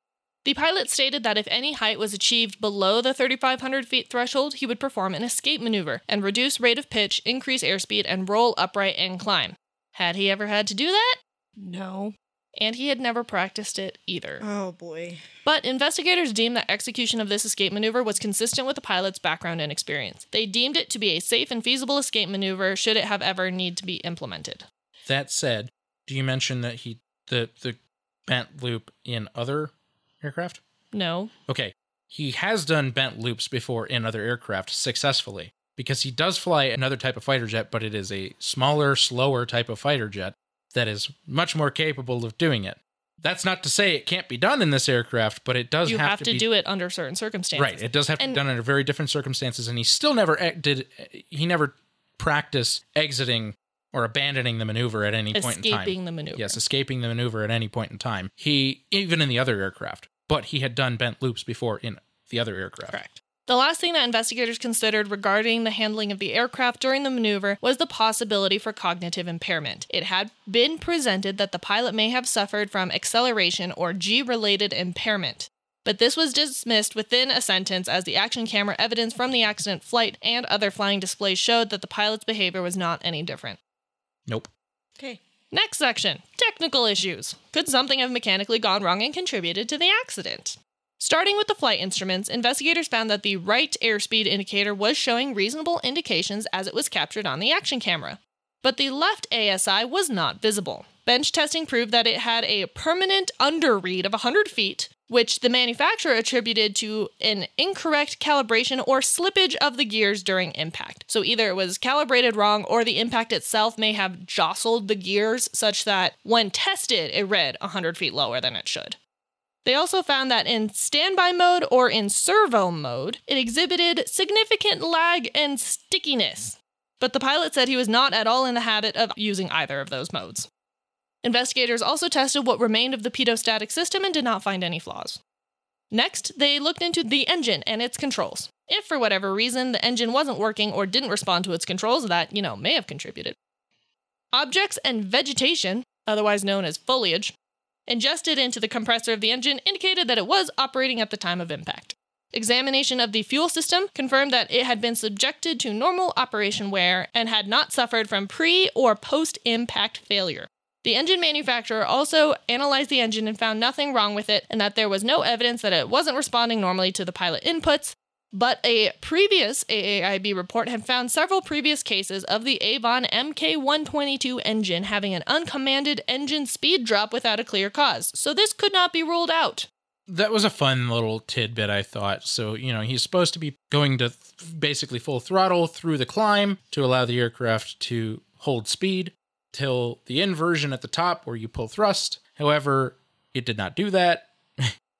Speaker 3: The pilot stated that if any height was achieved below the 3,500 feet threshold, he would perform an escape maneuver and reduce rate of pitch, increase airspeed, and roll upright and climb. Had he ever had to do that?
Speaker 2: No.
Speaker 3: And he had never practiced it either.
Speaker 2: Oh boy.
Speaker 3: But investigators deemed that execution of this escape maneuver was consistent with the pilot's background and experience. They deemed it to be a safe and feasible escape maneuver should it have ever need to be implemented.
Speaker 1: That said, do you mention that he the the bent loop in other aircraft?
Speaker 3: No.
Speaker 1: Okay, he has done bent loops before in other aircraft successfully because he does fly another type of fighter jet, but it is a smaller, slower type of fighter jet that is much more capable of doing it. That's not to say it can't be done in this aircraft, but it does
Speaker 3: You
Speaker 1: have,
Speaker 3: have, to,
Speaker 1: be
Speaker 3: do it under certain circumstances.
Speaker 1: right. It does have to
Speaker 3: And-
Speaker 1: be done under very different circumstances, and he still never e- did. He never practiced exiting or abandoning the maneuver at any point in time.
Speaker 3: Escaping the maneuver.
Speaker 1: Yes, escaping the maneuver at any point in time. He, even in the other aircraft, but he had done bent loops before in the other aircraft.
Speaker 3: Correct. The last thing that investigators considered regarding the handling of the aircraft during the maneuver was the possibility for cognitive impairment. It had been presented that the pilot may have suffered from acceleration or G related impairment. But this was dismissed within a sentence as the action camera evidence from the accident flight and other flying displays showed that the pilot's behavior was not any different.
Speaker 1: Nope.
Speaker 2: Okay.
Speaker 3: Next section technical issues. Could something have mechanically gone wrong and contributed to the accident? Starting with the flight instruments, investigators found that the right airspeed indicator was showing reasonable indications as it was captured on the action camera. But the left ASI was not visible. Bench testing proved that it had a permanent underread of 100 feet, which the manufacturer attributed to an incorrect calibration or slippage of the gears during impact. So either it was calibrated wrong or the impact itself may have jostled the gears such that when tested, it read 100 feet lower than it should. They also found that in standby mode or in servo mode, it exhibited significant lag and stickiness. But the pilot said he was not at all in the habit of using either of those modes. Investigators also tested what remained of the pedostatic system and did not find any flaws. Next, they looked into the engine and its controls. If for whatever reason the engine wasn't working or didn't respond to its controls, that, you know, may have contributed. Objects and vegetation, otherwise known as foliage, ingested into the compressor of the engine indicated that it was operating at the time of impact. Examination of the fuel system confirmed that it had been subjected to normal operation wear and had not suffered from pre or post impact failure. The engine manufacturer also analyzed the engine and found nothing wrong with it and that there was no evidence that it wasn't responding normally to the pilot inputs. But a previous AAIB report had found several previous cases of the Avon MK122 engine having an uncommanded engine speed drop without a clear cause, so this could not be ruled out.
Speaker 1: That was a fun little tidbit, I thought. So, you know, he's supposed to be going to th- basically full throttle through the climb to allow the aircraft to hold speed till the inversion at the top where you pull thrust. However, it did not do that.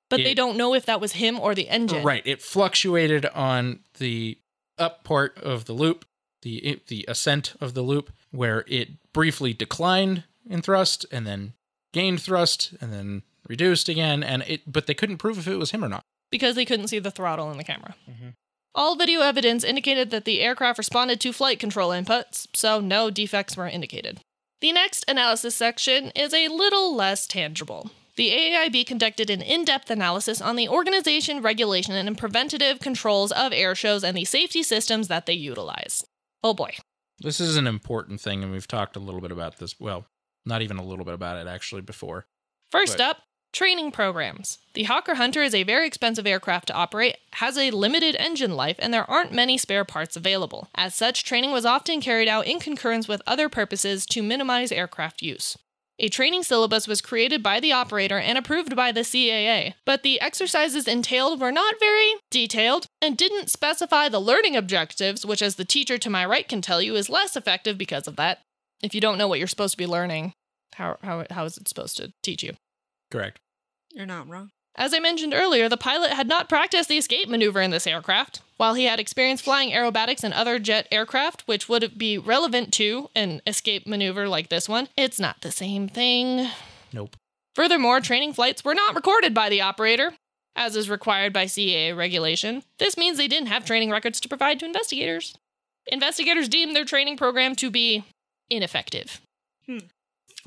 Speaker 3: But they
Speaker 1: It-
Speaker 3: don't know if that was him or the engine.
Speaker 1: Right. It fluctuated on the up part of the loop, the the ascent of the loop, where it briefly declined in thrust and then gained thrust and then reduced again. And it, but they couldn't prove if it was him or not.
Speaker 3: Because they couldn't see the throttle in the camera.
Speaker 1: Mhm.
Speaker 3: All video evidence indicated that the aircraft responded to flight control inputs, so no defects were indicated. The next analysis section is a little less tangible. The AAIB conducted an in depth analysis on the organization, regulation, and preventative controls of air shows and the safety systems that they utilize. Oh boy.
Speaker 1: This is an important thing, and we've talked a little bit about this. Well, not even a little bit about it actually before.
Speaker 3: First
Speaker 1: Right.
Speaker 3: up, training programs. The Hawker Hunter is a very expensive aircraft to operate, has a limited engine life, and there aren't many spare parts available. As such, training was often carried out in concurrence with other purposes to minimize aircraft use. A training syllabus was created by the operator and approved by the CAA, but the exercises entailed were not very detailed and didn't specify the learning objectives, which, as the teacher to my right can tell you, is less effective because of that. If you don't know what you're supposed to be learning, how, how, how is it supposed to teach you?
Speaker 1: Correct.
Speaker 2: You're not wrong.
Speaker 3: As I mentioned earlier, the pilot had not practiced the escape maneuver in this aircraft. While he had experience flying aerobatics and other jet aircraft, which would be relevant to an escape maneuver like this one, it's not the same thing.
Speaker 1: Nope.
Speaker 3: Furthermore, training flights were not recorded by the operator, as is required by CAA regulation. This means they didn't have training records to provide to investigators. Investigators deemed their training program to be ineffective.
Speaker 1: Fun,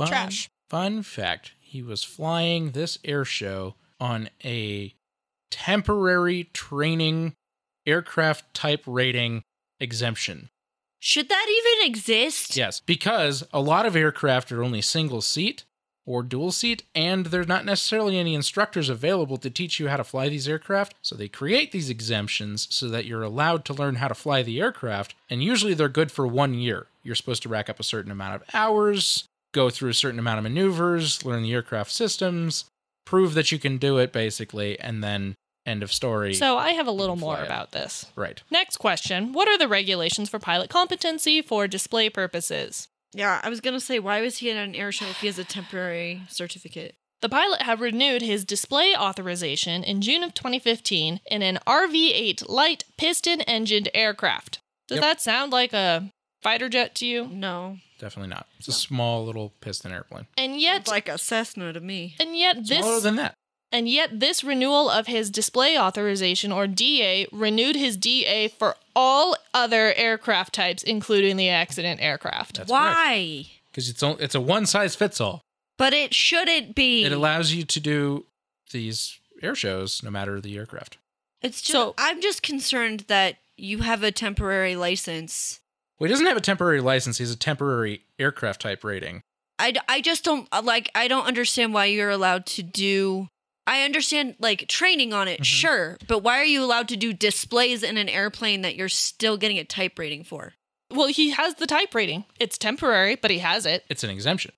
Speaker 4: Trash.
Speaker 1: Fun fact: He was flying this air show on a temporary training aircraft type rating exemption.
Speaker 2: Should that even exist?
Speaker 1: Yes, because a lot of aircraft are only single seat or dual seat, and there's not necessarily any instructors available to teach you how to fly these aircraft. So they create these exemptions so that you're allowed to learn how to fly the aircraft, and usually they're good for one year. You're supposed to rack up a certain amount of hours, go through a certain amount of maneuvers, learn the aircraft systems, prove that you can do it basically, and then end of story.
Speaker 3: So I have a little more
Speaker 1: Fly it.
Speaker 3: about this.
Speaker 1: right.
Speaker 3: Next question What are the regulations for pilot competency for display purposes?
Speaker 2: Yeah, I was gonna say, why was he at an air show if he has a temporary certificate?
Speaker 3: The pilot had renewed his display authorization in June of 2015 in an RV 8 light piston engined aircraft. Does
Speaker 1: Yep.
Speaker 3: that sound like a fighter jet to you?
Speaker 2: No,
Speaker 1: Definitely not. It's a small little piston airplane.
Speaker 3: And
Speaker 2: it's
Speaker 3: yet,
Speaker 2: like a Cessna to me.
Speaker 3: and yet
Speaker 1: Smaller
Speaker 3: this,
Speaker 1: than that.
Speaker 3: and yet this renewal of his display authorization or DA renewed his DA for all other aircraft types, including the accident aircraft.
Speaker 1: That's correct.
Speaker 2: why?
Speaker 1: because it's on- it's a one size fits all.
Speaker 2: But it shouldn't be.
Speaker 1: It allows you to do these air shows no matter the aircraft.
Speaker 2: It's just
Speaker 3: So-
Speaker 2: I'm just concerned that you have a temporary license.
Speaker 1: Well, he doesn't have a temporary license. He has a temporary aircraft type rating.
Speaker 2: I, d- I just don't uh, like I don't understand why you're allowed to do I understand like training on it,
Speaker 1: Mhm.
Speaker 2: sure, but why are you allowed to do displays in an airplane that you're still getting a type rating for?
Speaker 3: Well, he has the type rating. It's temporary, but he has it.
Speaker 1: It's an exemption.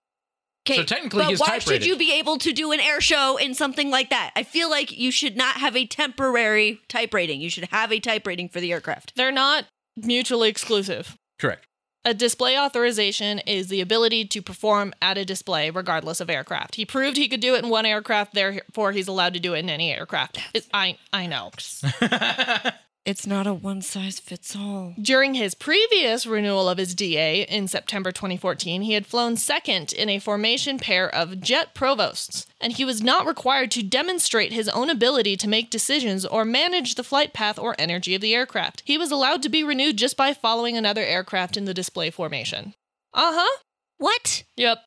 Speaker 2: Okay,
Speaker 1: So technically
Speaker 2: but
Speaker 1: he's
Speaker 2: why
Speaker 1: type
Speaker 2: should
Speaker 1: rated.
Speaker 2: you be able to do an air show in something like that? I feel like you should not have a temporary type rating. You should have a type rating for the aircraft.
Speaker 3: They're not mutually exclusive.
Speaker 1: Correct.
Speaker 3: A display authorization is the ability to perform at a display regardless of aircraft. He proved he could do it in one aircraft, therefore he's allowed to do it in any aircraft. It's- I I know.
Speaker 2: It's not a one size fits all.
Speaker 3: During his previous renewal of his DA in September 2014, he had flown second in a formation pair of jet provosts, and he was not required to demonstrate his own ability to make decisions or manage the flight path or energy of the aircraft. He was allowed to be renewed just by following another aircraft in the display formation. Uh huh.
Speaker 2: What?
Speaker 3: Yep.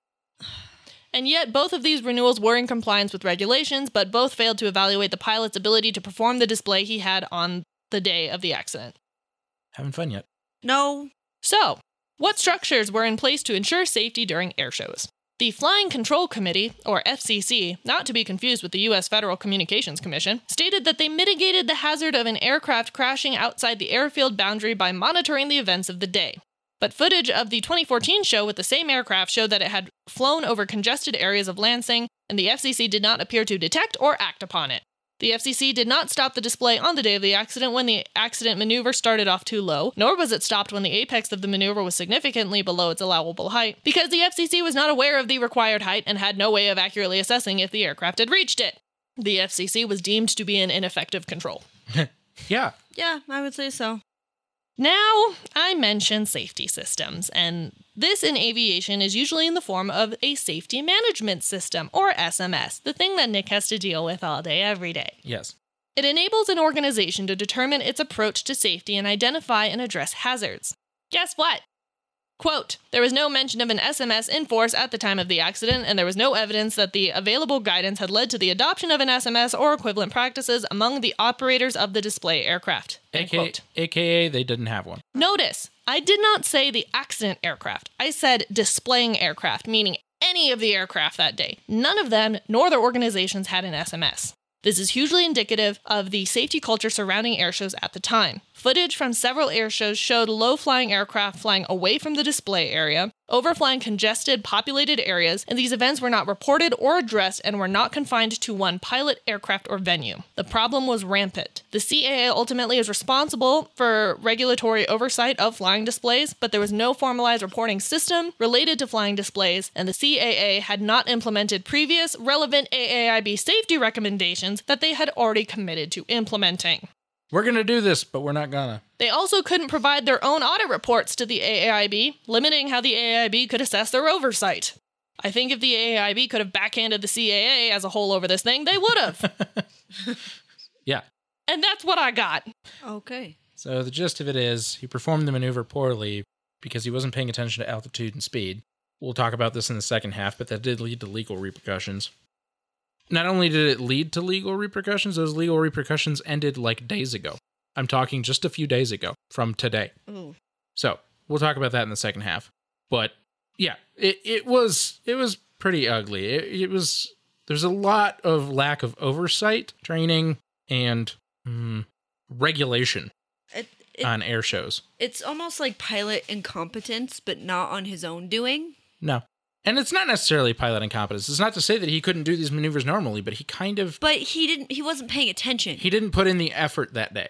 Speaker 3: And yet, both of these renewals were in compliance with regulations, but both failed to evaluate the pilot's ability to perform the display he had on the day of the accident.
Speaker 1: Having fun yet?
Speaker 2: No.
Speaker 3: So, what structures were in place to ensure safety during air shows? The Flying Control Committee, or FCC, not to be confused with the U.S. Federal Communications Commission, stated that they mitigated the hazard of an aircraft crashing outside the airfield boundary by monitoring the events of the day. But footage of the 2014 show with the same aircraft showed that it had flown over congested areas of Lansing, and the FCC did not appear to detect or act upon it. The FCC did not stop the display on the day of the accident when the accident maneuver started off too low, nor was it stopped when the apex of the maneuver was significantly below its allowable height, because the FCC was not aware of the required height and had no way of accurately assessing if the aircraft had reached it. The FCC was deemed to be an ineffective control.
Speaker 1: Yeah.
Speaker 2: Yeah, I would say so.
Speaker 3: Now, I mention safety systems, and this in aviation is usually in the form of a safety management system, or SMS, the thing that Nick has to deal with all day, every day.
Speaker 1: Yes.
Speaker 3: It enables an organization to determine its approach to safety and identify and address hazards. Guess what? Quote, there was no mention of an SMS in force at the time of the accident, and there was no evidence that the available guidance had led to the adoption of an SMS or equivalent practices among the operators of the display aircraft. End
Speaker 1: AKA,
Speaker 3: quote.
Speaker 1: AKA they didn't have one.
Speaker 3: Notice, I did not say the accident aircraft. I said displaying aircraft, meaning any of the aircraft that day. None of them nor their organizations had an SMS. This is hugely indicative of the safety culture surrounding airshows at the time. Footage from several airshows showed low flying aircraft flying away from the display area, overflying congested, populated areas, and these events were not reported or addressed and were not confined to one pilot, aircraft, or venue. The problem was rampant. The CAA ultimately is responsible for regulatory oversight of flying displays, but there was no formalized reporting system related to flying displays, and the CAA had not implemented previous relevant AAIB safety recommendations that they had already committed to implementing.
Speaker 1: We're going to do this, but we're not going to.
Speaker 3: They also couldn't provide their own audit reports to the AAIB, limiting how the AAIB could assess their oversight. I think if the AAIB could have backhanded the CAA as a whole over this thing, they would have.
Speaker 1: Yeah.
Speaker 3: and that's what I got.
Speaker 2: Okay.
Speaker 1: So the gist of it is he performed the maneuver poorly because he wasn't paying attention to altitude and speed. We'll talk about this in the second half, but that did lead to legal repercussions. Not only did it lead to legal repercussions, those legal repercussions ended like days ago. I'm talking just a few days ago from today.
Speaker 2: Ooh.
Speaker 1: So we'll talk about that in the second half. But yeah, it, it was it was pretty ugly. It, it was there's a lot of lack of oversight, training, and mm, regulation
Speaker 2: It, it,
Speaker 1: on air shows.
Speaker 2: it's almost like pilot incompetence, but not on his own doing.
Speaker 1: No. And it's not necessarily pilot incompetence. It's not to say that he couldn't do these maneuvers normally, but he kind of
Speaker 2: But he didn't. He wasn't paying attention.
Speaker 1: he didn't put in the effort that day.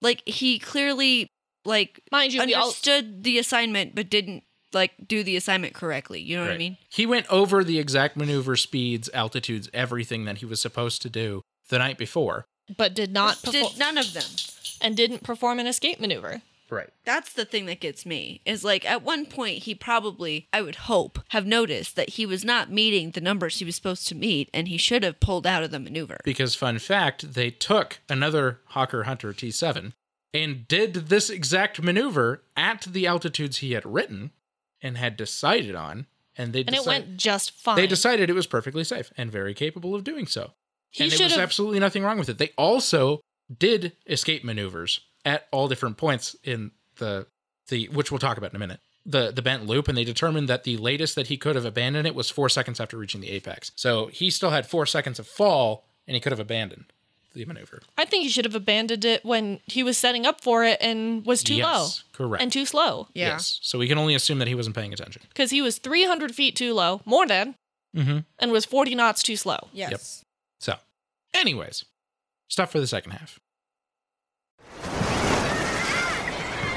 Speaker 2: like he clearly like
Speaker 3: Mind you, we all
Speaker 2: understood the assignment, but didn't like do the assignment correctly. You know what I
Speaker 1: Right.
Speaker 2: mean?
Speaker 1: He went over the exact maneuver speeds, altitudes, everything that he was supposed to do the night before.
Speaker 3: but did not
Speaker 2: Did
Speaker 3: perform
Speaker 2: none of them.
Speaker 3: and didn't perform an escape maneuver.
Speaker 1: Right.
Speaker 2: That's the thing that gets me is like at one point he probably, I would hope, have noticed that he was not meeting the numbers he was supposed to meet and he should have pulled out of the maneuver.
Speaker 1: Because fun fact, they took another Hawker Hunter T7 and did this exact maneuver at the altitudes he had written and had decided on, and they
Speaker 3: And it
Speaker 1: decide-
Speaker 3: went just fine.
Speaker 1: they decided it was perfectly safe and very capable of doing so.
Speaker 3: he
Speaker 1: and there
Speaker 3: should
Speaker 1: was
Speaker 3: have
Speaker 1: absolutely nothing wrong with it. They also did escape maneuvers at all different points in the the which we'll talk about in a minute. The the bent loop, and they determined that the latest that he could have abandoned it was four seconds after reaching the apex. So he still had four seconds of fall, and he could have abandoned. the maneuver.
Speaker 3: I think he should have abandoned it when he was setting up for it and was too
Speaker 1: yes,
Speaker 3: low
Speaker 1: Correct.
Speaker 3: and too slow
Speaker 2: Yeah.
Speaker 1: Yes. So we can only assume that he wasn't paying attention.
Speaker 3: because he was 300 feet too low, more than,
Speaker 1: Mm-hmm.
Speaker 3: and was 40 knots too slow.
Speaker 2: Yes.
Speaker 1: So, anyways, stuff for the second half.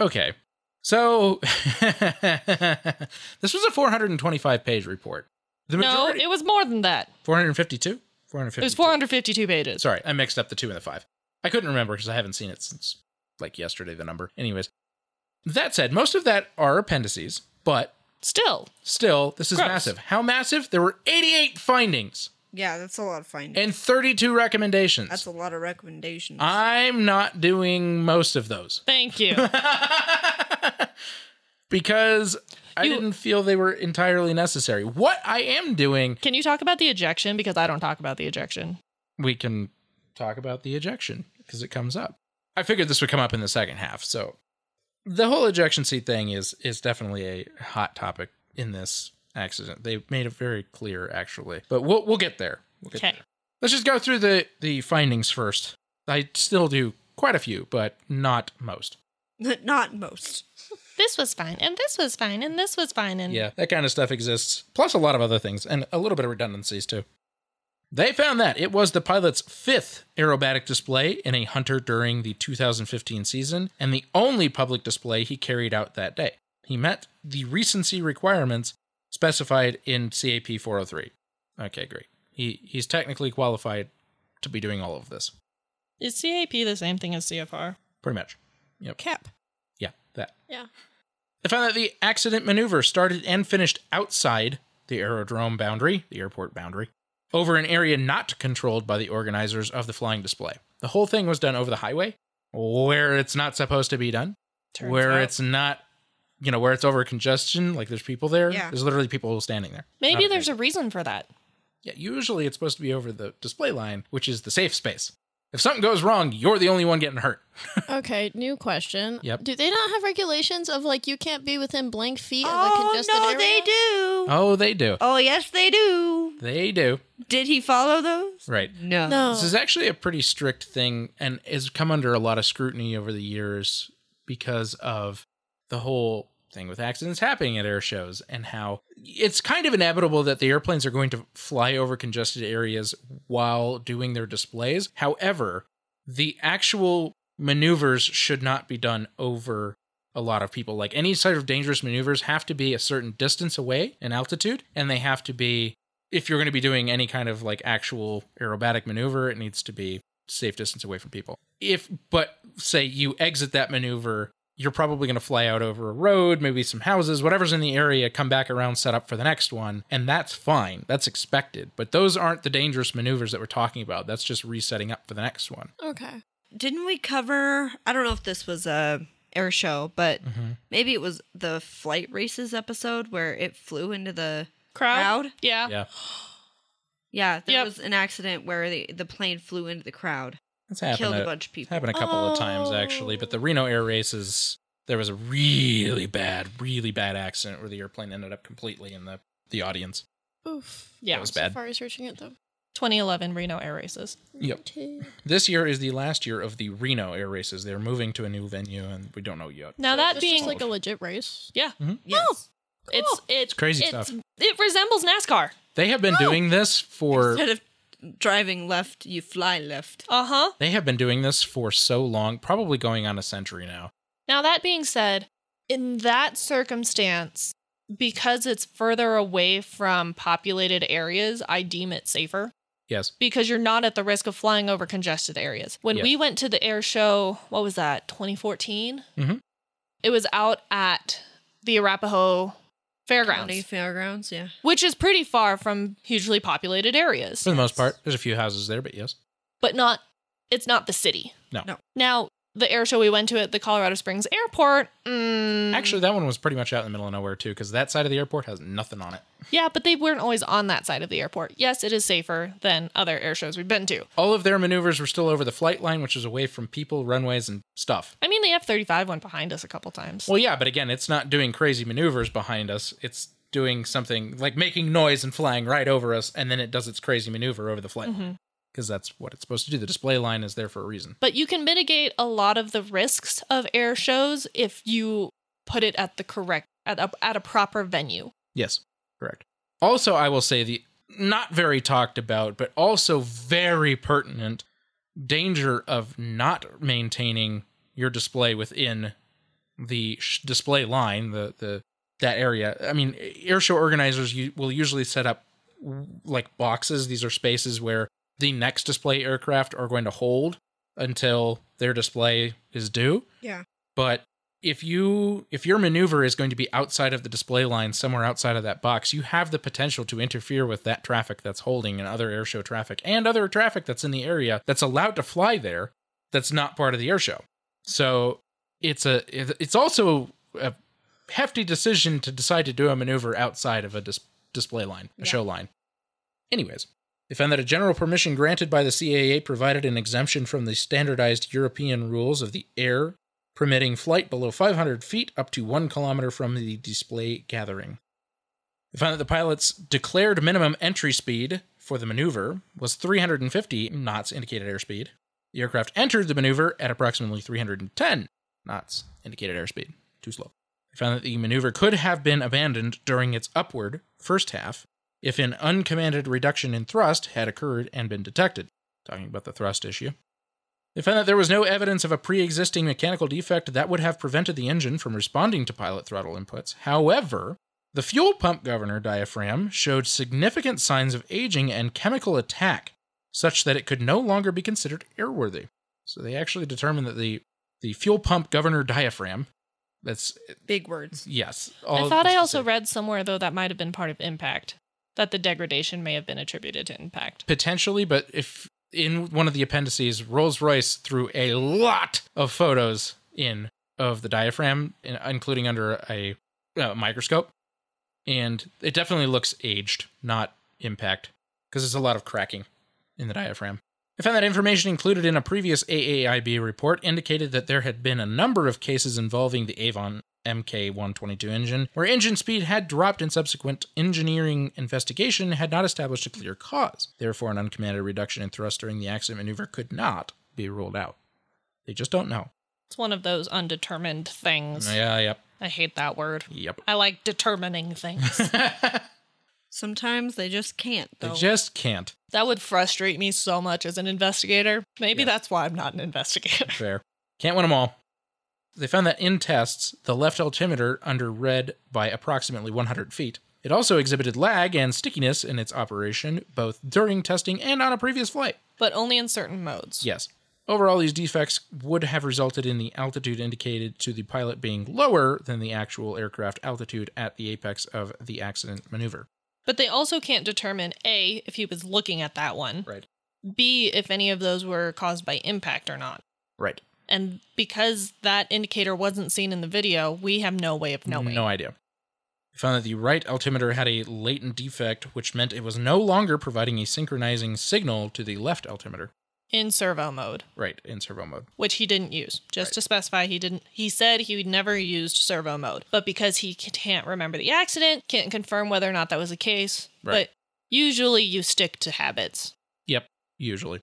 Speaker 1: Okay. So, this was a 425 page report. The
Speaker 3: No,
Speaker 1: majority,
Speaker 3: it was more than that.
Speaker 1: 452? 452.
Speaker 3: It was 452 pages.
Speaker 1: Sorry, I mixed up the two and the five. I couldn't remember because I haven't seen it since like yesterday, the number. Anyways, that said, most of that are appendices, but
Speaker 3: Still,
Speaker 1: still, this is
Speaker 3: Gross.
Speaker 1: massive. How massive? There were 88 findings
Speaker 2: Yeah, that's a lot of findings.
Speaker 1: and 32 recommendations.
Speaker 2: that's a lot of recommendations.
Speaker 1: I'm not doing most of those
Speaker 3: thank you.
Speaker 1: because I
Speaker 3: You-
Speaker 1: didn't feel they were entirely necessary. What I am doing,
Speaker 3: Can you talk about the ejection? Because I don't talk about the ejection.
Speaker 1: we can talk about the ejection because it comes up. I figured this would come up in the second half. So the whole ejection seat thing is is definitely a hot topic in this accident. They made it very clear actually. But we'll we'll get there. We'll get
Speaker 3: Okay.
Speaker 1: there. Let's just go through the the findings first. I still do quite a few, but not most.
Speaker 2: Not most.
Speaker 3: This was fine, and this was fine, and this was fine, and
Speaker 1: Yeah, that kind of stuff exists, plus a lot of other things, and a little bit of redundancies too. They found that it was the pilot's fifth aerobatic display in a Hunter during the 2015 season, and the only public display he carried out that day. He met the recency requirements specified in CAP 403. Okay, great. He he's technically qualified to be doing all of this,
Speaker 3: is CAP the same thing as CFR?
Speaker 1: pretty much. Yep.
Speaker 4: Cap.
Speaker 1: Yeah, that.
Speaker 4: Yeah.
Speaker 1: They found that the accident maneuver started and finished outside the aerodrome boundary, the airport boundary, over an area not controlled by the organizers of the flying display. The whole thing was done over the highway, where it's not supposed to be done,
Speaker 3: Turns
Speaker 1: where
Speaker 3: out.
Speaker 1: it's not, you know, where it's over congestion, like there's people there.
Speaker 2: Yeah.
Speaker 1: There's literally people standing there.
Speaker 3: Maybe
Speaker 1: Not
Speaker 3: there's a reason for that.
Speaker 1: Yeah, usually it's supposed to be over the display line, which is the safe space. If something goes wrong, you're the only one getting hurt.
Speaker 4: Okay, new question.
Speaker 1: Yep.
Speaker 4: Do they not have regulations of like you can't be within blank feet of a
Speaker 2: Oh
Speaker 4: congested
Speaker 2: no,
Speaker 4: area?
Speaker 2: they do.
Speaker 1: Oh, they do.
Speaker 2: Oh yes, they do.
Speaker 1: They do.
Speaker 2: Did he follow those?
Speaker 1: Right.
Speaker 2: No.
Speaker 4: No.
Speaker 1: This is actually a pretty strict thing and has come under a lot of scrutiny over the years because of the whole thing with accidents happening at air shows and how it's kind of inevitable that the airplanes are going to fly over congested areas while doing their displays. However, the actual maneuvers should not be done over a lot of people. Like any sort of dangerous maneuvers have to be a certain distance away in altitude and they have to be if you're going to be doing any kind of like actual aerobatic maneuver, it needs to be safe distance away from people. If but say you exit that maneuver, you're probably going to fly out over a road, maybe some houses, whatever's in the area, come back around, set up for the next one, and that's fine. That's expected. But those aren't the dangerous maneuvers that we're talking about. That's just resetting up for the next one.
Speaker 4: Okay.
Speaker 2: Didn't we cover? I don't know if this was a air show, but
Speaker 1: Mm-hmm.
Speaker 2: maybe it was the flight races episode where it flew into the crowd.
Speaker 3: Yeah.
Speaker 1: Yeah.
Speaker 2: Yeah, there
Speaker 3: Yep.
Speaker 2: was an accident where the, the plane flew into the crowd.
Speaker 1: It's happened
Speaker 2: Killed a
Speaker 1: a-
Speaker 2: bunch of people. Oh.
Speaker 1: Happened a couple of times actually, but the Reno Air Races, there was a really bad, really bad accident where the airplane ended up completely in the the audience.
Speaker 4: Oof.
Speaker 3: Yeah.
Speaker 1: That was
Speaker 4: So
Speaker 1: bad.
Speaker 4: far researching it though.
Speaker 3: 2011 Reno Air Races.
Speaker 1: Yep. This year is the last year of the Reno Air Races. They're moving to a new venue, and we don't know yet.
Speaker 3: Now that
Speaker 4: It's
Speaker 3: being
Speaker 4: just like a legit race.
Speaker 3: yeah,
Speaker 2: Yes.
Speaker 3: it's it's
Speaker 1: crazy
Speaker 3: it's-
Speaker 1: stuff.
Speaker 3: It resembles NASCAR.
Speaker 1: They have been doing this for
Speaker 2: Instead of driving left, you fly left.
Speaker 3: Uh huh.
Speaker 1: they have been doing this for so long, probably going on a century now.
Speaker 3: Now that being said, in that circumstance, because it's further away from populated areas, I deem it safer.
Speaker 1: Yes,
Speaker 3: because you're not at the risk of flying over congested areas. When
Speaker 1: Yes.
Speaker 3: we went to the air show, what was that, 2014?
Speaker 1: Mhm.
Speaker 3: It was out at the Arapahoe
Speaker 2: County
Speaker 3: Fairgrounds,
Speaker 2: fairgrounds, yeah.
Speaker 3: which is pretty far from hugely populated areas.
Speaker 1: for the most part, there's a few houses there, but yes,
Speaker 3: but not it's not the city.
Speaker 1: No.
Speaker 2: No.
Speaker 3: Now the air show we went to at the Colorado Springs Airport. Mm,
Speaker 1: Actually, that one was pretty much out in the middle of nowhere too, because that side of the airport has nothing on it.
Speaker 3: yeah, but they weren't always on that side of the airport. Yes, it is safer than other air shows we've been to.
Speaker 1: All of their maneuvers were still over the flight line, which is away from people, runways, and stuff.
Speaker 3: I mean, the F thirty five went behind us a couple times.
Speaker 1: Well, yeah, but again, it's not doing crazy maneuvers behind us. It's doing something like making noise and flying right over us, and then it does its crazy maneuver over the flight
Speaker 3: Mm-hmm.
Speaker 1: line. Because that's what it's supposed to do. The display line is there for a reason.
Speaker 3: But you can mitigate a lot of the risks of air shows if you put it at the correct at a, at a proper venue.
Speaker 1: Yes, correct. Also, I will say the not very talked about, but also very pertinent danger of not maintaining your display within the sh- display line, the the that area. I mean, air show organizers you, will usually set up w- like boxes. These are spaces where the next display aircraft are going to hold until their display is due
Speaker 2: Yeah.
Speaker 1: but if you if your maneuver is going to be outside of the display line somewhere outside of that box you have the potential to interfere with that traffic that's holding and other airshow traffic and other traffic that's in the area that's allowed to fly there that's not part of the airshow so it's a it's also a hefty decision to decide to do a maneuver outside of a dis- display line a
Speaker 2: Yeah.
Speaker 1: show line anyways they found that a general permission granted by the CAA provided an exemption from the standardized European rules of the air, permitting flight below 500 feet up to one kilometer from the display gathering. They found that the pilot's declared minimum entry speed for the maneuver was 350 knots indicated airspeed. The aircraft entered the maneuver at approximately 310 knots indicated airspeed. Too slow. They found that the maneuver could have been abandoned during its upward first half if an uncommanded reduction in thrust had occurred and been detected. Talking about the thrust issue. They found that there was no evidence of a pre existing mechanical defect that would have prevented the engine from responding to pilot throttle inputs. However, the fuel pump governor diaphragm showed significant signs of aging and chemical attack, such that it could no longer be considered airworthy. So they actually determined that the, the fuel pump governor diaphragm, that's,
Speaker 2: Big words.
Speaker 1: yes.
Speaker 3: I
Speaker 1: all-
Speaker 3: thought I also read somewhere though that might have been part of impact that the degradation may have been attributed to impact.
Speaker 1: potentially, but if in one of the appendices, Rolls Royce threw a lot of photos in of the diaphragm, in- including under a uh, microscope, and it definitely looks aged, not impact, because there's a lot of cracking in the diaphragm. I found that information included in a previous AAIB report indicated that there had been a number of cases involving the Avon MK122 engine, where engine speed had dropped and subsequent engineering investigation had not established a clear cause. Therefore, an uncommanded reduction in thrust during the accident maneuver could not be ruled out. They just don't know.
Speaker 3: It's one of those undetermined things.
Speaker 1: Yeah, yep,
Speaker 3: I hate that word.
Speaker 1: yep.
Speaker 3: I like determining things.
Speaker 2: Sometimes they just can't,
Speaker 1: They
Speaker 2: though.
Speaker 1: just can't.
Speaker 3: that would frustrate me so much as an investigator. Maybe that's why I'm not an investigator.
Speaker 1: Fair. Can't win them all. They found that in tests, the left altimeter underread by approximately 100 feet. It also exhibited lag and stickiness in its operation, both during testing and on a previous flight.
Speaker 3: But only in certain modes.
Speaker 1: Yes. Overall, these defects would have resulted in the altitude indicated to the pilot being lower than the actual aircraft altitude at the apex of the accident maneuver.
Speaker 3: But they also can't determine A, if he was looking at that one,
Speaker 1: Right.
Speaker 3: B, if any of those were caused by impact or not.
Speaker 1: Right.
Speaker 3: And because that indicator wasn't seen in the video, we have no way of knowing.
Speaker 1: No idea. We found that the right altimeter had a latent defect, which meant it was no longer providing a synchronizing signal to the left altimeter.
Speaker 3: in servo mode,
Speaker 1: Right, in servo mode.
Speaker 3: which he didn't use. Just to specify, he didn't. He said he never used servo mode, but because he c- can't remember the accident, can't confirm whether or not that was the case.
Speaker 1: Right.
Speaker 3: But usually, you stick to habits.
Speaker 1: Yep, usually.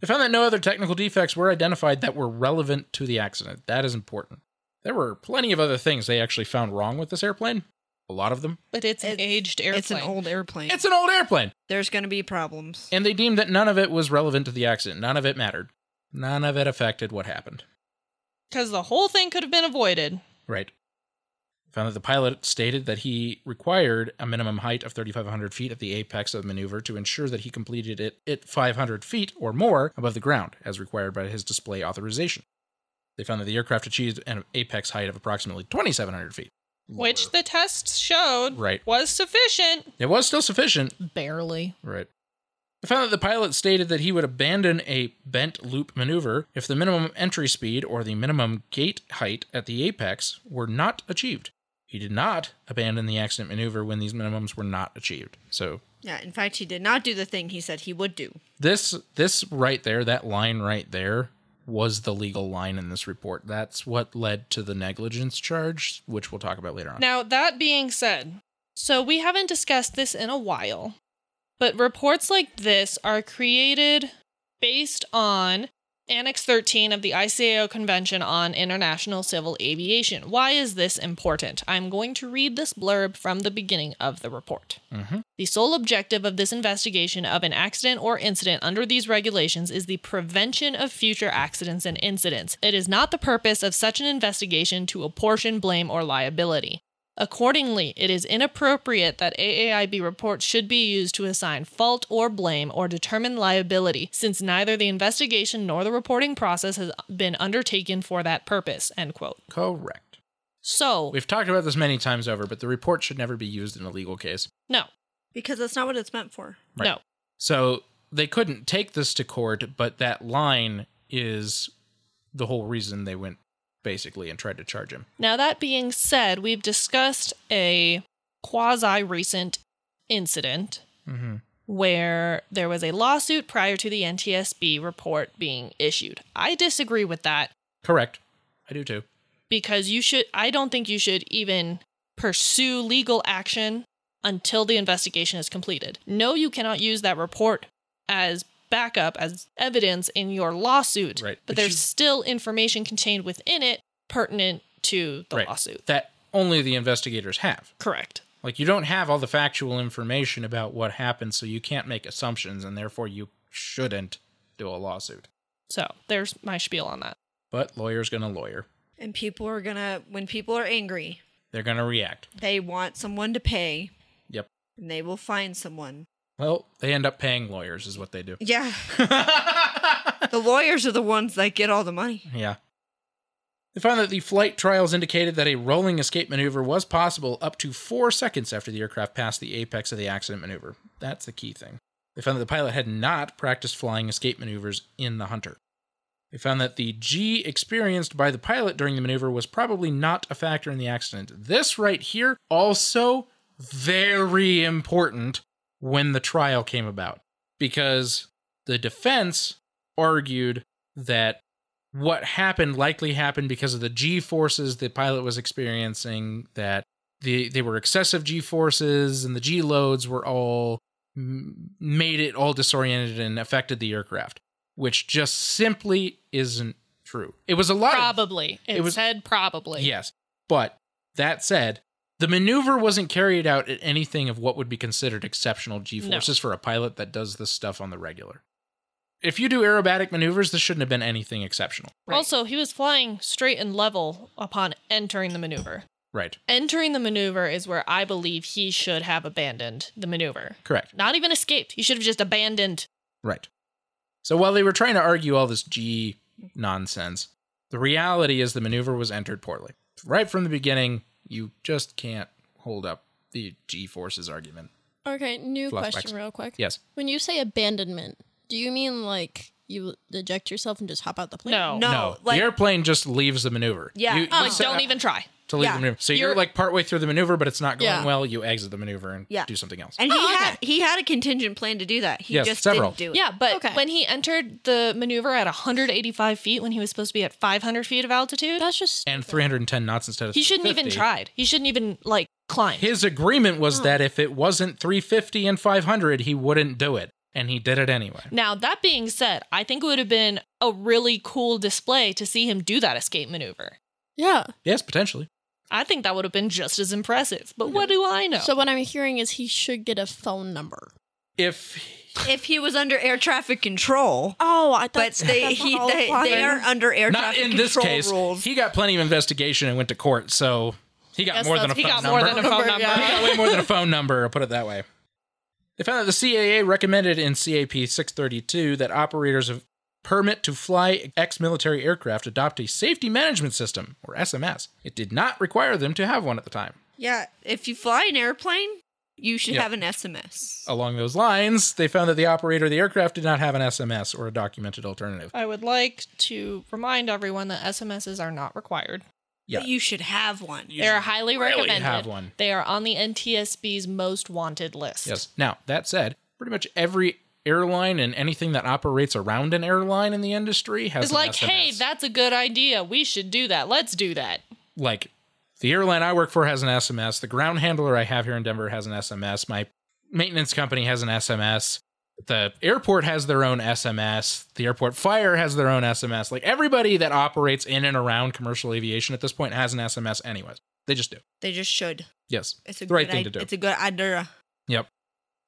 Speaker 1: They found that no other technical defects were identified that were relevant to the accident. That is important. There were plenty of other things they actually found wrong with this airplane. A lot of them.
Speaker 3: But it's, an
Speaker 2: It's-
Speaker 3: aged airplane.
Speaker 2: It's an old airplane.
Speaker 1: It's an old airplane.
Speaker 2: There's going to be problems.
Speaker 1: And they deemed that none of it was relevant to the accident. None of it mattered. None of it affected what happened.
Speaker 3: because the whole thing could have been avoided.
Speaker 1: Right. Found that the pilot stated that he required a minimum height of 3,500 feet at the apex of the maneuver to ensure that he completed it at 500 feet or more above the ground, as required by his display authorization. They found that the aircraft achieved an apex height of approximately 2,700 feet.
Speaker 3: Which the tests showed
Speaker 1: Right.
Speaker 3: was sufficient.
Speaker 1: It was still sufficient.
Speaker 3: Barely.
Speaker 1: Right. I found that the pilot stated that he would abandon a bent loop maneuver if the minimum entry speed or the minimum gate height at the apex were not achieved. He did not abandon the accident maneuver when these minimums were not achieved. So
Speaker 2: Yeah, in fact, he did not do the thing he said he would do.
Speaker 1: this this right there, that line right there was the legal line in this report. That's what led to the negligence charge, which we'll talk about later on.
Speaker 3: Now, that being said, so we haven't discussed this in a while, but reports like this are created based on Annex 13 of the ICAO Convention on International Civil Aviation. Why is this important? I'm going to read this blurb from the beginning of the report.
Speaker 1: Mhm.
Speaker 3: The sole objective of this investigation of an accident or incident under these regulations is the prevention of future accidents and incidents. It is not the purpose of such an investigation to apportion blame or liability. Accordingly, it is inappropriate that AAIB reports should be used to assign fault or blame or determine liability, since neither the investigation nor the reporting process has been undertaken for that purpose. End quote.
Speaker 1: Correct.
Speaker 3: So,
Speaker 1: We've talked about this many times over, but the report should never be used in a legal case.
Speaker 3: no,
Speaker 2: Because that's not what it's meant for.
Speaker 1: Right.
Speaker 3: no,
Speaker 1: So they couldn't take this to court, but that line is the whole reason they went basically and tried to charge him.
Speaker 3: Now, that being said, we've discussed a quasi recent incident
Speaker 1: Mm-hmm.
Speaker 3: where there was a lawsuit prior to the NTSB report being issued. I disagree with that
Speaker 1: Correct. I do too.
Speaker 3: because you should, I don't think you should even pursue legal action until the investigation is completed. No, you cannot use that report as backup, as evidence in your lawsuit,
Speaker 1: Right,
Speaker 3: but,
Speaker 1: but
Speaker 3: there's
Speaker 1: you-
Speaker 3: still information contained within it pertinent to the
Speaker 1: Right.
Speaker 3: lawsuit.
Speaker 1: That only the investigators have.
Speaker 3: Correct.
Speaker 1: Like you don't have all the factual information about what happened, so you can't make assumptions, and therefore you shouldn't do a lawsuit.
Speaker 3: So there's my spiel on that.
Speaker 1: But lawyer's gonna lawyer.
Speaker 2: And people are gonna, when people are angry,
Speaker 1: They're gonna react.
Speaker 2: they want someone to pay
Speaker 1: Yep.
Speaker 2: and they will find someone.
Speaker 1: Well, they end up paying lawyers, is what they do.
Speaker 2: Yeah. the lawyers are the ones that get all the money.
Speaker 1: Yeah. They found that the flight trials indicated that a rolling escape maneuver was possible up to four seconds after the aircraft passed the apex of the accident maneuver. That's the key thing. They found that the pilot had not practiced flying escape maneuvers in the Hunter. They found that the G experienced by the pilot during the maneuver was probably not a factor in the accident. This right here, also very important when the trial came about, because the defense argued that what happened likely happened because of the g forces the pilot was experiencing that the they were excessive g forces and the g loads were all m- made it all disoriented and affected the aircraft which just simply isn't true it was a lot of-
Speaker 3: Probably. It,
Speaker 1: it was-
Speaker 3: said probably.
Speaker 1: yes but that said the maneuver wasn't carried out at anything of what would be considered exceptional g
Speaker 3: No.
Speaker 1: forces for a pilot that does this stuff on the regular if you do aerobatic maneuvers this shouldn't have been anything exceptional
Speaker 3: Also, he was flying straight and level upon entering the maneuver.
Speaker 1: right
Speaker 3: Entering the maneuver is where I believe he should have abandoned the maneuver.
Speaker 1: correct
Speaker 3: Not even escaped. He should have just abandoned.
Speaker 1: Right. So while they were trying to argue all this G nonsense, the reality is the maneuver was entered poorly. Right from the beginning, you just can't hold up the G forces argument.
Speaker 4: Okay, new
Speaker 1: Flashbacks.
Speaker 4: question, real quick.
Speaker 1: Yes.
Speaker 4: When you say abandonment, do you mean like you eject yourself and just hop out the plane?
Speaker 3: No.
Speaker 2: No. like-
Speaker 1: the airplane just leaves the maneuver.
Speaker 2: Yeah.
Speaker 1: You,
Speaker 2: Oh,
Speaker 1: you
Speaker 3: Like,
Speaker 1: set
Speaker 3: don't
Speaker 1: up
Speaker 3: even try.
Speaker 1: to leave
Speaker 2: yeah.
Speaker 1: the maneuver. So you're,
Speaker 3: You're-
Speaker 1: like partway through the maneuver, but it's not going
Speaker 4: Yeah.
Speaker 1: well. You exit the maneuver and
Speaker 2: Yeah.
Speaker 1: do something else.
Speaker 2: And he
Speaker 4: Oh, okay.
Speaker 2: had he had a contingent plan to do that. He
Speaker 1: Yes,
Speaker 2: just
Speaker 1: several.
Speaker 2: didn't do it.
Speaker 3: Yeah, but
Speaker 4: Okay.
Speaker 3: when he entered the maneuver at 185 feet when he was supposed to be at 500 feet of altitude,
Speaker 4: That's just
Speaker 1: And 310 knots instead of
Speaker 3: he shouldn't even
Speaker 1: 350.
Speaker 3: tried. He shouldn't even, like, climb.
Speaker 1: His agreement was
Speaker 4: Oh.
Speaker 1: that if it wasn't 350 and 500, he wouldn't do it, and he did it anyway.
Speaker 3: Now, that being said, I think it would have been a really cool display to see him do that escape maneuver.
Speaker 4: yeah.
Speaker 1: Yes, potentially.
Speaker 3: I think that would have been just as impressive. But what do I know?
Speaker 4: So what I'm hearing is he should get a phone number.
Speaker 1: If
Speaker 2: If he was under air traffic control,
Speaker 4: Oh, I thought
Speaker 2: but they he they, they are under air
Speaker 1: not
Speaker 2: traffic
Speaker 1: in this
Speaker 2: control
Speaker 1: case.
Speaker 2: rules.
Speaker 1: He got plenty of investigation and went to court, so he got
Speaker 4: Yes,
Speaker 1: more than a phone
Speaker 4: that's-
Speaker 3: he got
Speaker 1: number.
Speaker 3: more than a phone number.
Speaker 1: he got way more than a phone number. I'll put it that way. They found that the CAA recommended in CAP 632 that operators of permit to fly ex-military aircraft adopt a safety management system or SMS. It did not require them to have one at the time.
Speaker 2: yeah, if you fly an airplane, You should
Speaker 1: Yeah.
Speaker 2: have an SMS.
Speaker 1: Along those lines, they found that the operator of the aircraft did not have an SMS or a documented alternative.
Speaker 3: I would like to remind everyone that SMSs are not required.
Speaker 1: Yeah.
Speaker 2: But you should have one.
Speaker 3: They are highly
Speaker 1: really
Speaker 3: recommended.
Speaker 1: have one.
Speaker 3: They are on the NTSB's most wanted list.
Speaker 1: Yes. Now, that said, pretty much every airline and anything that operates around an airline in the industry has
Speaker 3: It's
Speaker 1: an
Speaker 3: like,
Speaker 1: SMS.
Speaker 3: hey, that's a good idea. We should do that. Let's do that.
Speaker 1: like the airline I work for has an SMS. The ground handler I have here in Denver has an SMS. My maintenance company has an SMS. The airport has their own SMS. The airport fire has their own SMS. Like everybody that operates in and around commercial aviation at this point has an SMS, anyways. They just do.
Speaker 2: They just should.
Speaker 1: Yes.
Speaker 2: It's a
Speaker 1: The
Speaker 2: good
Speaker 1: right thing
Speaker 2: id-
Speaker 1: to do.
Speaker 2: It's a good idea.
Speaker 1: Yep.